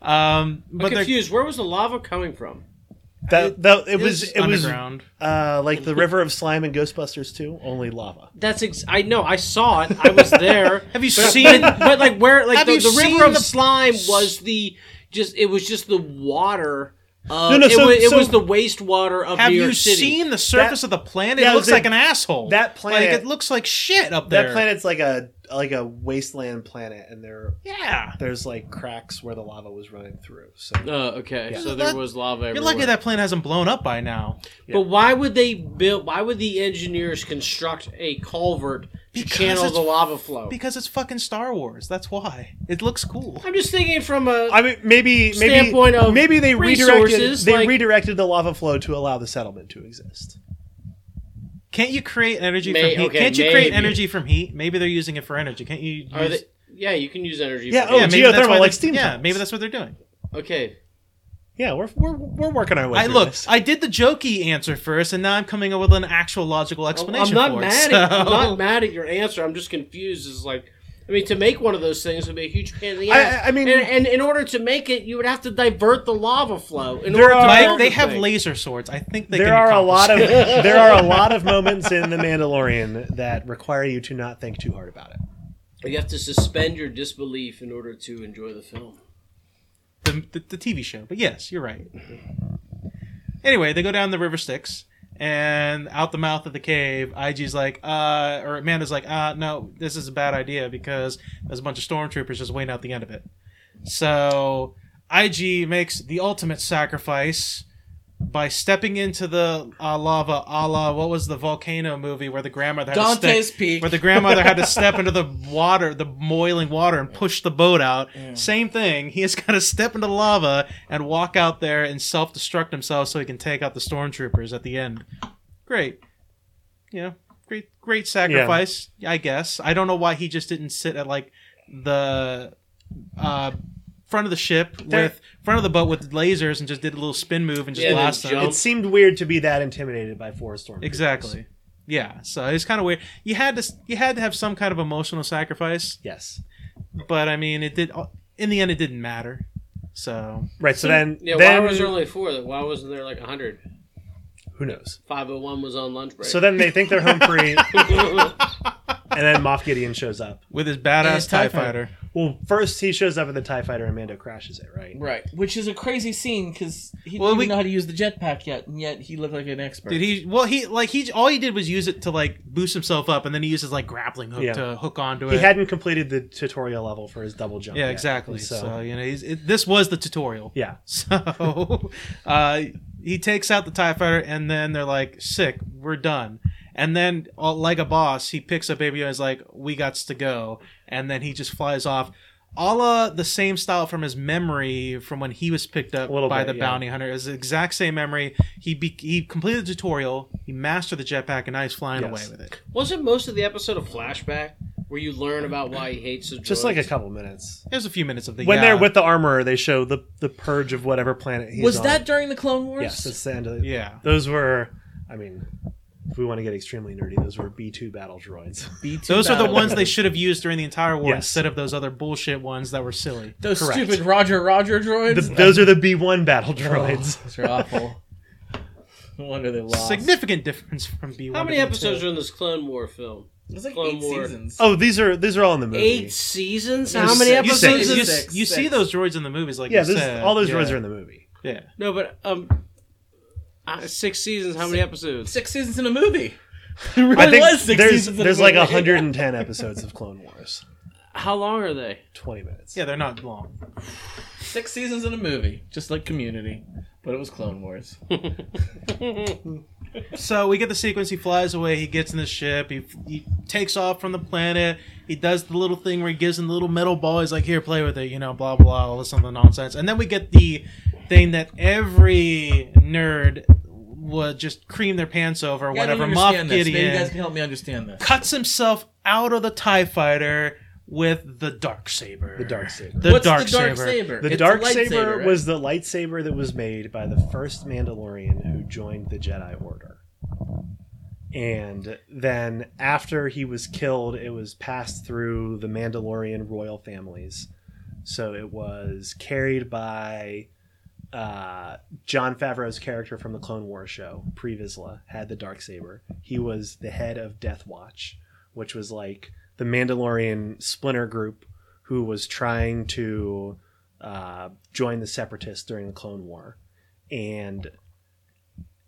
Um, but
I'm
they're
confused. Where was the lava coming from?
That that it was
just
it was
underground.
uh, like the river of slime in Ghostbusters two, only lava.
That's ex- I know. I saw it. I was there.
<laughs> Have you
But-
<laughs>
seen-
But, but, like where? Like
Have
the,
you
the
seen
river of
the-
slime was the just. It was just the water. Of,
No, no,
It,
so-
was, it
so-
was the wastewater of
Have
New
you
York City.
seen the surface
That-
of the planet? It
that was
looks like
it.
an asshole.
That planet-
like, it looks like shit up there.
That planet's like a like a wasteland planet, and there
yeah.
there's like cracks where the lava was running through. So
Oh, okay.
Yeah.
So there
That-
was lava everywhere.
You're lucky that plane hasn't blown up by now.
But why would they build? Why would the engineers construct a culvert to
Because
channel
it's-
the lava flow?
Because it's fucking Star Wars. That's why. It looks cool.
I'm just thinking from a.
I mean, maybe maybe
Standpoint of
maybe they redirected
resources,
they
like-
redirected the lava flow to allow the settlement to exist.
Can't you create energy
May-
from heat?
okay,
Can't you create
maybe.
energy from heat? Maybe they're using it for energy. Can't you use...
are they, yeah, you can use energy.
Yeah,
for-
oh,
yeah, maybe that's
geothermal,
why
like
they're-
steam
Yeah,
tunnels.
maybe that's what they're doing.
Okay.
Yeah, we're we're, we're working our way.
I
through
look,
this.
I did the jokey answer first, and now I'm coming up with an actual logical explanation.
Oh, I'm
for
not
it,
mad.
so-
At, I'm
<laughs>
not mad at your answer. I'm just confused. Is like, I mean, to make one of those things would be a huge pain in the
I-
ass.
I- I mean-
and, and in order to make it, you would have to divert the lava flow. In
There
order to
are-
build
Mike,
the
they have
thing.
laser swords. I think they
there
can
are a lot of
accomplish it. <laughs>
there are a lot of moments in the Mandalorian that require you to not think too hard about it.
You have to suspend your disbelief in order to enjoy the film.
the, the, the TV show. But yes, you're right. Anyway, they go down the river Styx and out the mouth of the cave. IG's like, uh, or Amanda's like, uh, no, this is a bad idea because there's a bunch of stormtroopers just waiting out the end of it. So IG makes the ultimate sacrifice by stepping into the uh, lava, a la what was the volcano movie where the grandmother had to
Dante's
step,
Peak.
where the grandmother had to step into the water, the boiling water, and push the boat out. Same thing. He has got to step into lava and walk out there and self destruct himself so he can take out the stormtroopers at the end. Great, you know, great, great sacrifice. I guess I don't know why he just didn't sit at like the uh, front of the ship
There-
with front of the boat with lasers and just did a little spin move and just
Yeah, and
blast
then
them.
jump.
It seemed weird to be that intimidated by four stormtroopers.
Exactly. Yeah, so it's kind of weird. You had to you had to have some kind of emotional sacrifice,
Yes.
but I mean, it did. In the end, it didn't matter. So
Right. So, then
Yeah,
then
why was there only four? Why wasn't there like 100?
who knows?
501 was on lunch break.
So then they think they're
<laughs>
home free, and <laughs> then Moff Gideon shows up.
with his
And
badass
his
Tie
TIE
Fighter,
Well, first he shows up in the Tie Fighter, and Mando crashes it. Right.
Right, which is a crazy scene because he didn't
Well,
even
we-
know how to use the jetpack yet, and yet he looked like an expert.
did he? Well, he like he all he did was use it to like boost himself up, and then he uses like grappling hook
Yeah.
to hook onto it.
He hadn't completed the tutorial level for his double jump.
yeah,
yet,
exactly. So,
So,
you know, he's, it, this was the tutorial.
yeah,
<laughs> So uh, he takes out the TIE fighter, and then they're like, sick, we're done. And then, uh, like a boss, he picks up Baby Yoda and is like, "We got to go," and then he just flies off. A la the same style from his memory from when he was picked up
A little
by
bit,
the
yeah.
bounty hunter. It was the exact same memory. He be- he completed the tutorial, he mastered the jetpack, and now he's flying
Yes.
away with it.
Wasn't most of the episode a flashback where you learn about why he hates the
Just like a
droids?
couple minutes.
There's a few minutes of the
When
yeah.
they're with the armorer, they show the the purge of whatever planet he's
was
on.
that during the Clone Wars?
Yes, it's the end of the,
yeah.
Those were, I mean, if we want to get extremely nerdy, those were B two battle droids.
B2
Those are the
battle.
<laughs>
ones they should have used during the entire war
Yes.
instead of those other bullshit ones that were silly.
Those
correct.
stupid Roger Roger
The-
droids.
those are the B one battle droids.
Those are awful. <laughs> No wonder they lost.
Significant difference from B1.
How
to
many
B2.
episodes are in this Clone War film?
It's like
Clone
eight
War.
seasons.
Oh, these are these are all in the movie.
Eight seasons?
There's
How many
six- you
episodes?
said-
You,
is
s-
this?
Six,
you see
six.
those droids in the movies, like
yeah,
you
this,
said.
all those
yeah.
droids are in the movie.
Yeah.
No, but um, uh, six seasons. How many episodes?
Six seasons in a movie.
I think
was six
there's
seasons in the
there's like
movie.
110 episodes of Clone Wars.
How long are
<laughs>
they?
20 minutes.
Yeah, they're not long.
Six seasons in a movie, just like Community, but it was Clone Wars.
So we get the sequence. He flies away. He gets in the ship. He, he takes off from the planet. He does the little thing where he gives him the little metal ball. He's like, "Here, play with it," you know, blah blah, all this other nonsense. And then we get the thing that every nerd would just cream their pants over.
Yeah, I don't
whenever Moff
understand this.
Gideon
Maybe you guys can help me understand this.
cuts himself out of the Tie Fighter with the dark saber.
The dark saber.
The
What's
dark
the dark
saber.
saber?
The
It's a
dark
lightsaber,
saber
right?
was the lightsaber that was made by the first Mandalorian who joined the Jedi Order. And then after he was killed, it was passed through the Mandalorian royal families. So it was carried by uh, John Favreau's character from the Clone War show, Pre Vizsla, had the dark saber. He was the head of Death Watch, which was like the Mandalorian splinter group who was trying to uh, joined the separatists during the Clone War. And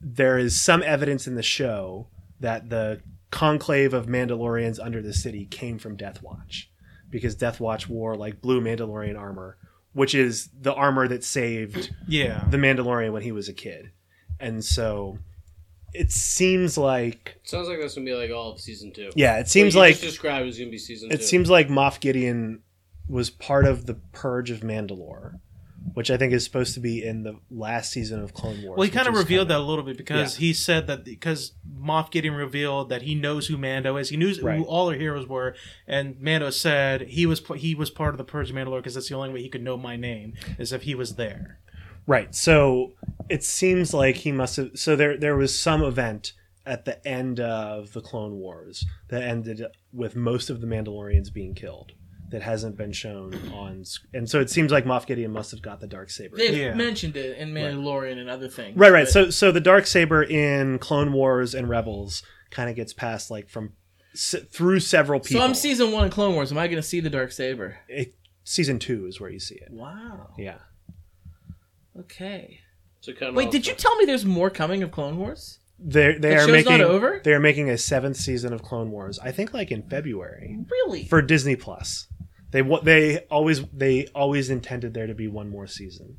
there is some evidence in the show that the conclave of Mandalorians under the city came from Death Watch because Death Watch wore like blue Mandalorian armor, which is the armor that saved
Yeah.
the Mandalorian when he was a kid. And so it seems like
Sounds like that's gonna be like all of season two.
yeah, it seems
What you
like
just described is gonna be season.
it
two.
seems like Moff Gideon was part of the purge of Mandalore, which I think is supposed to be in the last season of Clone Wars.
Well, he kind of revealed that a
that
little bit because
Yeah.
he said that because Moff Gideon revealed that he knows who Mando is. He knew
Right.
who all our heroes were, and Mando said he was he was part of the Purge of Mandalore because that's the only way he could know my name is if he was there.
right. So it seems like he must have. So there, there was some event at the end of the Clone Wars that ended with most of the Mandalorians being killed. That hasn't been shown on, sc- and so it seems like Moff Gideon must have got the dark saber.
They've
Yeah.
mentioned it in Mandalorian and other things.
Right, right.
but
So, so the dark saber in Clone Wars and Rebels kind of gets passed like from se- through several
so
people.
I'm season one of Clone Wars. Am I going to see the dark saber?
It- season two is where you see it.
Wow.
Yeah,
Okay.
So kind of
Wait, did you tell me there's more coming of Clone Wars?
they they
The
are
show's
making
not over?
they are making a seventh season of Clone Wars. I think like in February
Really?
for Disney Plus. They wa- they always they always intended there to be one more season,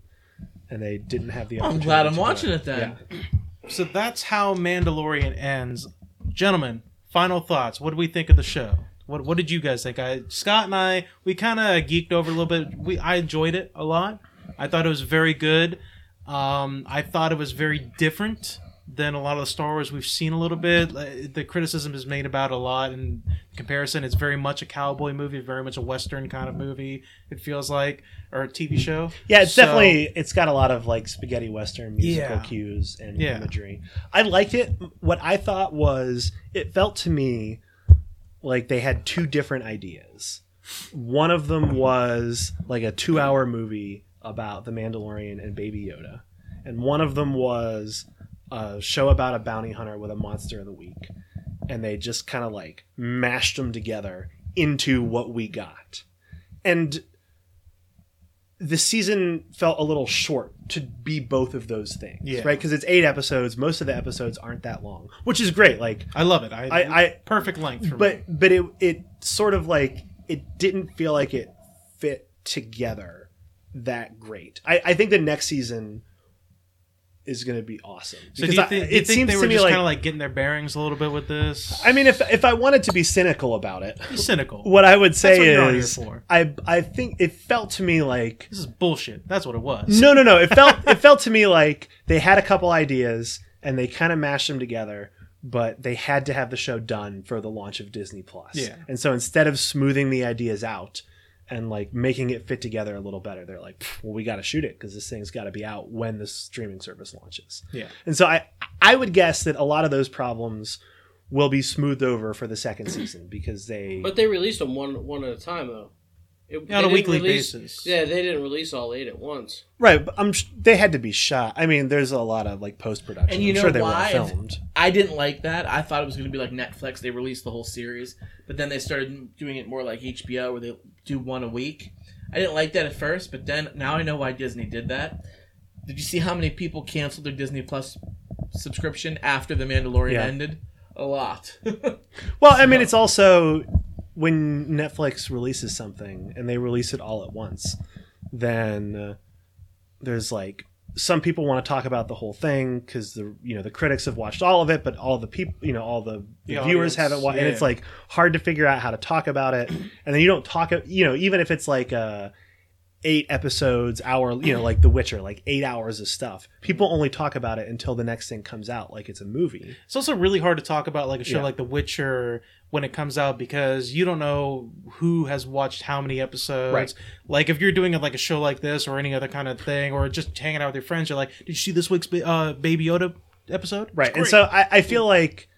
and they didn't have the.
I'm glad
opportunity
I'm
to do
watching it then.
So that's how Mandalorian ends. Gentlemen, final thoughts. What do we think of the show? What What did you guys think? I Scott and I we kind of geeked over a little bit. We I enjoyed it a lot. I thought it was very good. Um, I thought it was very different than a lot of the Star Wars we've seen a little bit. Like, The criticism is made about it a lot in comparison. It's very much a cowboy movie, very much a western kind of movie. It feels like or a TV show.
Yeah, it's
So-
definitely it's got a lot of like spaghetti western musical
Yeah.
cues and
Yeah.
imagery. I liked it. What I thought was it felt to me like they had two different ideas. One of them was like a 2-hour movie about the Mandalorian and Baby Yoda, and one of them was a show about a bounty hunter with a monster of the week. And they just kind of like mashed them together into what we got. And the season felt a little short to be both of those things,
Yeah.
right? Because it's eight episodes. Most of the episodes aren't that long, which is great. Like,
I love it. I,
I- I-
perfect length for me.
but but it it sort of like it didn't feel like it fit together that great. I, I think the next season is going to be awesome.
So do
Because
you
I-
think, do you
it
think
seems
they were
to me
just
like,
kind of like getting their bearings a little bit with this?
I mean, if if I wanted to be cynical about it, <laughs>
Be cynical.
what I would
what
say
you're on here
is
for.
I I think it felt to me like
This is bullshit. That's what it was.
no no no it felt it felt to me like they had a couple ideas and they kind of mashed them together but they had to have the show done for the launch of disney plus
Yeah.
and so instead of smoothing the ideas out and like making it fit together a little better they're like "Pff, well we got to shoot it because this thing's got to be out when the streaming service launches
Yeah.
and so i i would guess that a lot of those problems will be smoothed over for the second season because they
But they released them one one at a time though. It- they
on a
didn't
weekly
release-
basis.
Yeah, they didn't release all eight at once.
right but i'm sh- they had to be shot i mean there's a lot of like post-production
And you
i'm
know
sure they
why?
were filmed
I didn't like that. I thought it was going to be like Netflix. They released the whole series, but then they started doing it more like HBO, where they do one a week. I didn't like that at first, but then now I know why Disney did that. Did you see how many people canceled their Disney Plus subscription after The Mandalorian
Yeah.
ended? A lot. <laughs>
Well, I mean, it's also when Netflix releases something and they release it all at once, then uh, there's like some people want to talk about the whole thing because the you know the critics have watched all of it, but all the people you know all the,
The
viewers
audience,
haven't watched,
yeah,
and it's
yeah.
like hard to figure out how to talk about it. And then you don't talk, you know, even if it's like uh eight episodes, hour, you know, like The Witcher, like eight hours of stuff. People only talk about it until the next thing comes out, like it's a movie.
It's also really hard to talk about like a show
Yeah.
like The Witcher when it comes out because you don't know who has watched how many episodes.
Right.
Like if you're doing like a show like this or any other kind of thing or just hanging out with your friends, you're like, "Did you see this week's Ba- uh, Baby Yoda episode?"
right and so I, I feel like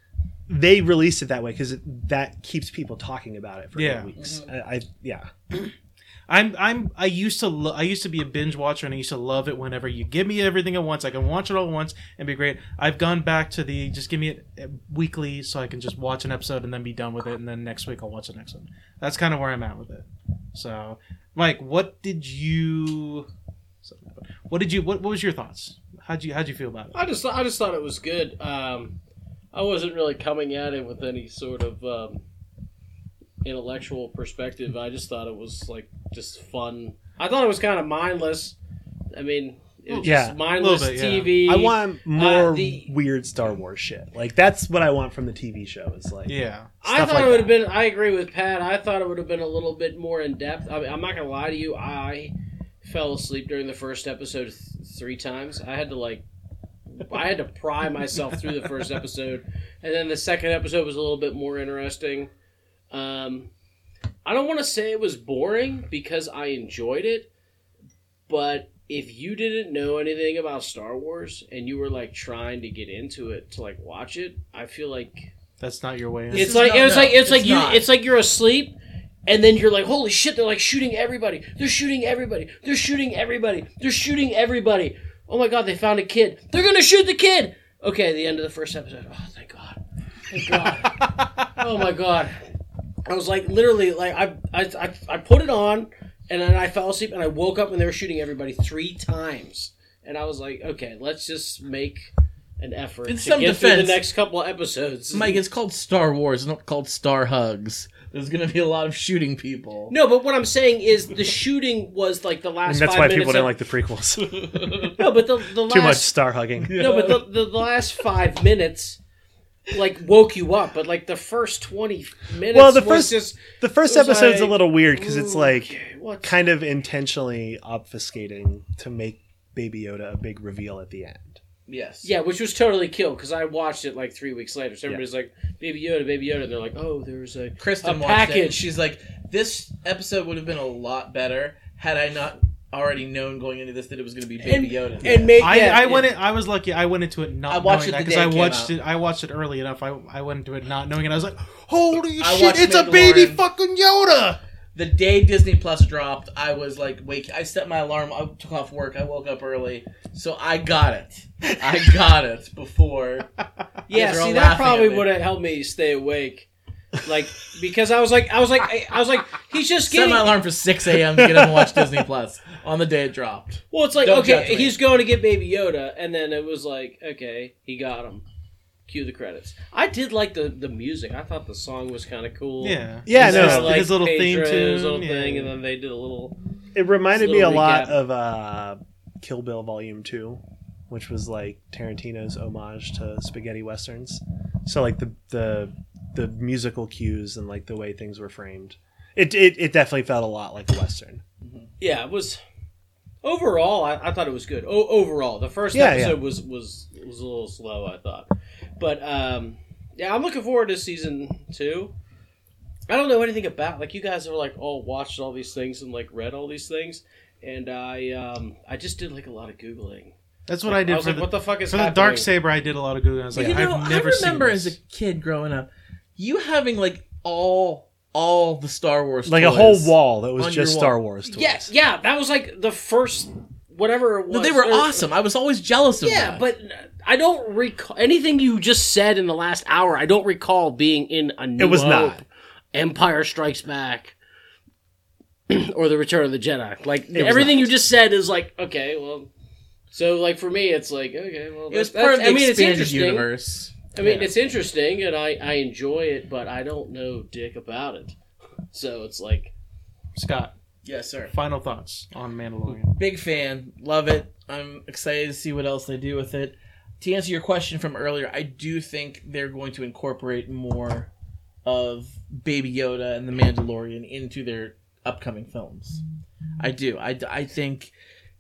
they released it that way because that keeps people talking about it for eight
Yeah.
weeks
Mm-hmm.
I, I yeah
I'm I'm I used to lo- I used to be a binge watcher and I used to love it whenever you give me everything at once. I can watch it all at once and be great. I've gone back to the just give me it uh, weekly so I can just watch an episode and then be done with it and then next week I'll watch the next one. That's kind of where I'm at with it. So, Mike, what did you something happened. What did you what, what was your thoughts? How'd you how'd you feel about it?
I just I just thought it was good. Um, I wasn't really coming at it with any sort of um, intellectual perspective. I just thought it was like just fun. I thought it was kind of mindless. I mean, it was
Yeah,
just mindless
bit, yeah.
TV.
i
uh,
want more
the-
weird star wars shit like that's what i want from the tv show is like
Yeah.
I
stuff
thought
like
it would have
that.
been. I agree with Pat. I thought it would have been a little bit more in depth. I mean, I'm not gonna lie to you. I fell asleep during the first episode th- three times. I had to like, I had to pry myself through the first episode, and then the second episode was a little bit more interesting. Um, I don't want to say it was boring because I enjoyed it, but if you didn't know anything about Star Wars and you were like trying to get into it to like watch it, I feel like
That's not your way. in.
This
it's
is
like
not-
it's
no,
like it's, like
it's
you
not.
it's like you're asleep and then you're like holy shit they're like shooting everybody they're shooting everybody they're shooting everybody they're shooting everybody oh my god they found a kid they're gonna shoot the kid okay the end of the first episode oh thank god thank god
<laughs>
oh my god I was like literally like I I I, I put it on and then I fell asleep and I woke up and they were shooting everybody three times and I was like okay let's just make an effort
In
to
some
get through
defense-
the next couple of episodes <laughs>
Mike, it's called Star Wars, not called Star Hugs. There's going to be a lot of shooting people.
No, but what I'm saying is the shooting was like the last.
and that's
five
why
minutes
people didn't
of-
like the
<laughs>
prequels <laughs> too
No, but the
<laughs>
the last
much star hugging
no, but the, the, the last five minutes like woke you up, but like the first twenty minutes.
<laughs> well the
was
first
just
the first
was
episode's a
like,
little weird because it's like
okay, what
kind of intentionally obfuscating to make baby yoda a big reveal at
<laughs>
the end
Yes.
Yeah, which was totally killed because I watched it like three weeks later. So everybody's like, "Baby Yoda, Baby Yoda," and they're like, "Oh, there's a
Kristen
a
watched package.
package."
She's like, this episode would have been a lot better had I not already known going into this that it was going to be
and,
Baby Yoda.
and
<laughs>
made
I,
yeah,
I
yeah.
went. In, I was lucky. I went into it not
I watched
knowing
it
that
the
because
day
I
it came
watched
out.
it. I watched it early enough. I I went into it not knowing it. I was like, "Holy
I
shit!
watched
It's a baby
Mandalorian.
fucking Yoda!"
the day Disney Plus dropped, I was like, wake. I set my alarm. I took off work. I woke up early, so I got it. I got it before.
Yeah,
They're all
see,
laughing
that probably
at me.
would have helped me stay awake. Like because I was like I was like I, I was like he's just
Set
getting
my alarm for six a.m. to get up and watch Disney Plus on the day it dropped.
Well, it's like
Don't judge
okay,
me.
he's going to get Baby Yoda, and then it was like okay, he got him. Cue the credits. I did like the the music. I thought the song was kind of cool.
Yeah,
Yeah,
It's
no.
just
his little theme
Pedro's
tune.
little
yeah.
thing, and then they did a little.
it reminded
Just a
me a
little
lot
recap.
of uh kill bill volume 2 which was like Tarantino's homage to spaghetti westerns. So like the the the musical cues and like the way things were framed, it it, it definitely felt a lot like a western.
Yeah, it was. Overall, I, I thought it was good. O- overall, the first
Yeah,
episode was was was a little slow, I thought, but um, yeah, I'm looking forward to season two. I don't know anything about like you guys have like all watched all these things and like read all these things, and I um I just did like a lot of googling.
That's what I did
I was
for
like,
the,
what the fuck is
for the
happening?
Dark Saber. I did a lot of Google. I was like,
you know,
I've
I
never seen
remember
this.
as a kid growing up, you having like all all the Star Wars
Like
toys.
a whole wall that
On
was
your
just
wall.
Star Wars. Toys.
Yes, yeah, that was like the first whatever it was.
No, they were
Or-
awesome. I was always jealous of
Yeah,
that.
but I don't recall anything you just said in the last hour. I don't recall being in a new
it was
Hope,
not.
Empire Strikes Back <clears throat> or The Return of the Jedi. Like
was
everything
not.
you just said is like okay, well. So like for me, it's like okay, well,
it was
that's-
part of the
I mean, it's
expanded
interesting.
universe.
I mean, it's interesting, and I I enjoy it, but I don't know dick about it. So it's like
Scott,
Yes, sir.
final thoughts on Mandalorian.
Big fan. Love it. I'm excited to see what else they do with it. To answer your question from earlier, I do think they're going to incorporate more of Baby Yoda and the Mandalorian into their upcoming films. I do. I, I think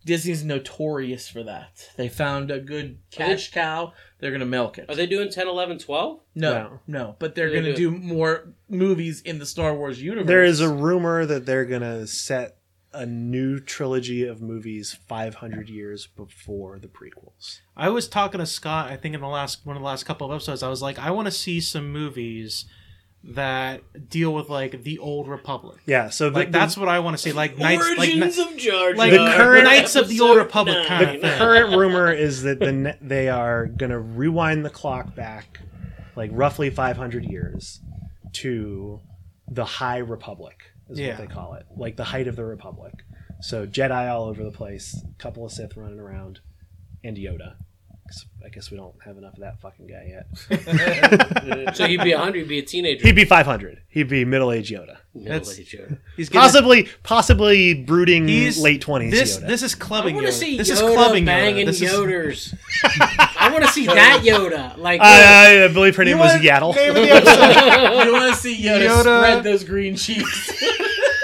Disney's notorious for that. They found a good cash cow. They're going to milk it.
are they doing 10, 11, 12?
No, no. But they're
They
going to
do
do more movies in the Star Wars universe.
There is a rumor that they're gonna set a new trilogy of movies 500 years before the prequels.
I was talking to Scott. I think in the last one of the last couple of episodes, I was like, I want to see some movies that deal with like the old Republic.
Yeah, so the,
Like that's what I want to see. Like knights, like
Origins of Jar Jar.
like
The current-
Knights of the Old Republic
Episode
kind
nine.
of <laughs> thing.
current rumor is that the ne- they are going to rewind the clock back like roughly 500 years to the High Republic is
Yeah.
what they call it, like the height of the Republic. So Jedi all over the place, couple of Sith running around, and Yoda. 'Cause I guess we don't have enough of that fucking guy yet.
<laughs>
so he'd be 100, he'd be a teenager.
He'd be 500. He'd be middle-aged Yoda,
Middle age Yoda.
he's getting-
possibly possibly brooding
he's-
late 20s
This
Yoda.
this is
I
clubbing.
want
Yoda.
to see
this
Yoda
is clubbing
banging
Yoda. This is- <laughs>
Yoders. I want to see that Yoda. Like,
Uh,
I, I believe her name was
wanna
Yaddle.
name
<laughs>
of the episode?
you want to see Yoda,
Yoda.
spread those green <laughs> cheeks.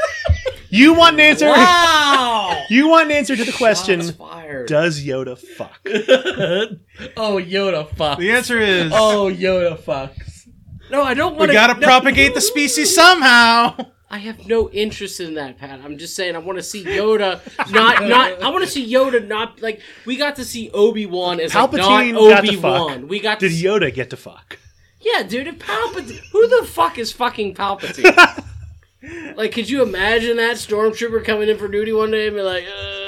<laughs> you want an answer?
wow.
You want an answer to the question?
Shots fired.
Does Yoda fuck?
oh, Yoda fuck.
the answer is
Oh, Yoda fucks.
no, I don't
we
want
gotta
no,
propagate the species somehow.
I have no interest in that, Pat. I'm just saying I want to see Yoda not not. I want to see Yoda not like we got to see Obi Wan as like,
Palpatine
not
got to
Obi Wan.
fuck.
We got
Did
to,
Yoda get to fuck?
yeah, dude. If Palpatine, who the fuck is fucking Palpatine? like, could you imagine that stormtrooper coming in for duty one day and be like? "Uh,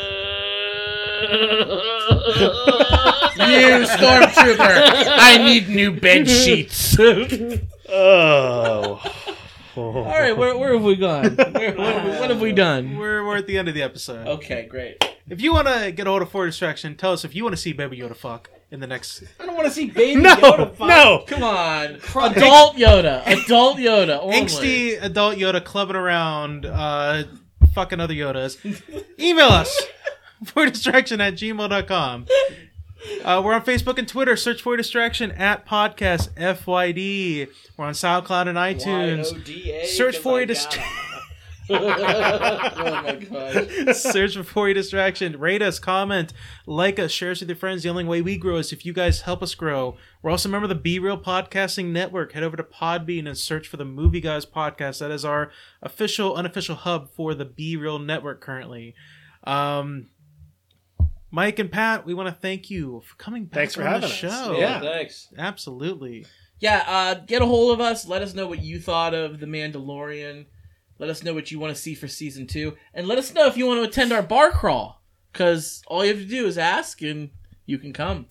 You <laughs> stormtrooper. I need new bed sheets. <laughs> All
Oh. All
right, where, where have we gone? Where, what, have we- what have we done?
We're, we're at the end of the episode.
Okay, great.
If you want to get a hold of For Distraction, tell us if you want to see Baby Yoda fuck in the next.
I don't want to see baby
<laughs>
<laughs>
No,
Yoda fuck.
no.
Come on. Adult Yoda. Adult Yoda. Only.
Angsty adult Yoda clubbing around, uh, fucking other Yodas. <laughs> Email us <laughs> for distraction at gmail.com. Uh, we're on Facebook and Twitter. Search for distraction at podcast FYD. We're on SoundCloud and iTunes.
Y-O-D-A,
Search
'cause
for
I
a dist-
got 'em.
<laughs> Oh my gosh.
Search for For Your Distraction. Rate us, comment, like us, share us with your friends. The only way we grow is if you guys help us grow. We're also a member of the Be Real Podcasting Network. Head over to Podbean and search for the Movie Guys Podcast. That is our official, unofficial hub for the Be Real Network currently. Um, Mike and Pat, we want to thank you for coming back
Thanks for
on
having
the
us.
show.
Yeah,
Yeah.
thanks.
Absolutely.
yeah, uh, get a hold of us. Let us know what you thought of The Mandalorian. Let us know what you want to see for season two. And let us know if you want to attend our bar crawl. Because all you have to do is ask and you can come.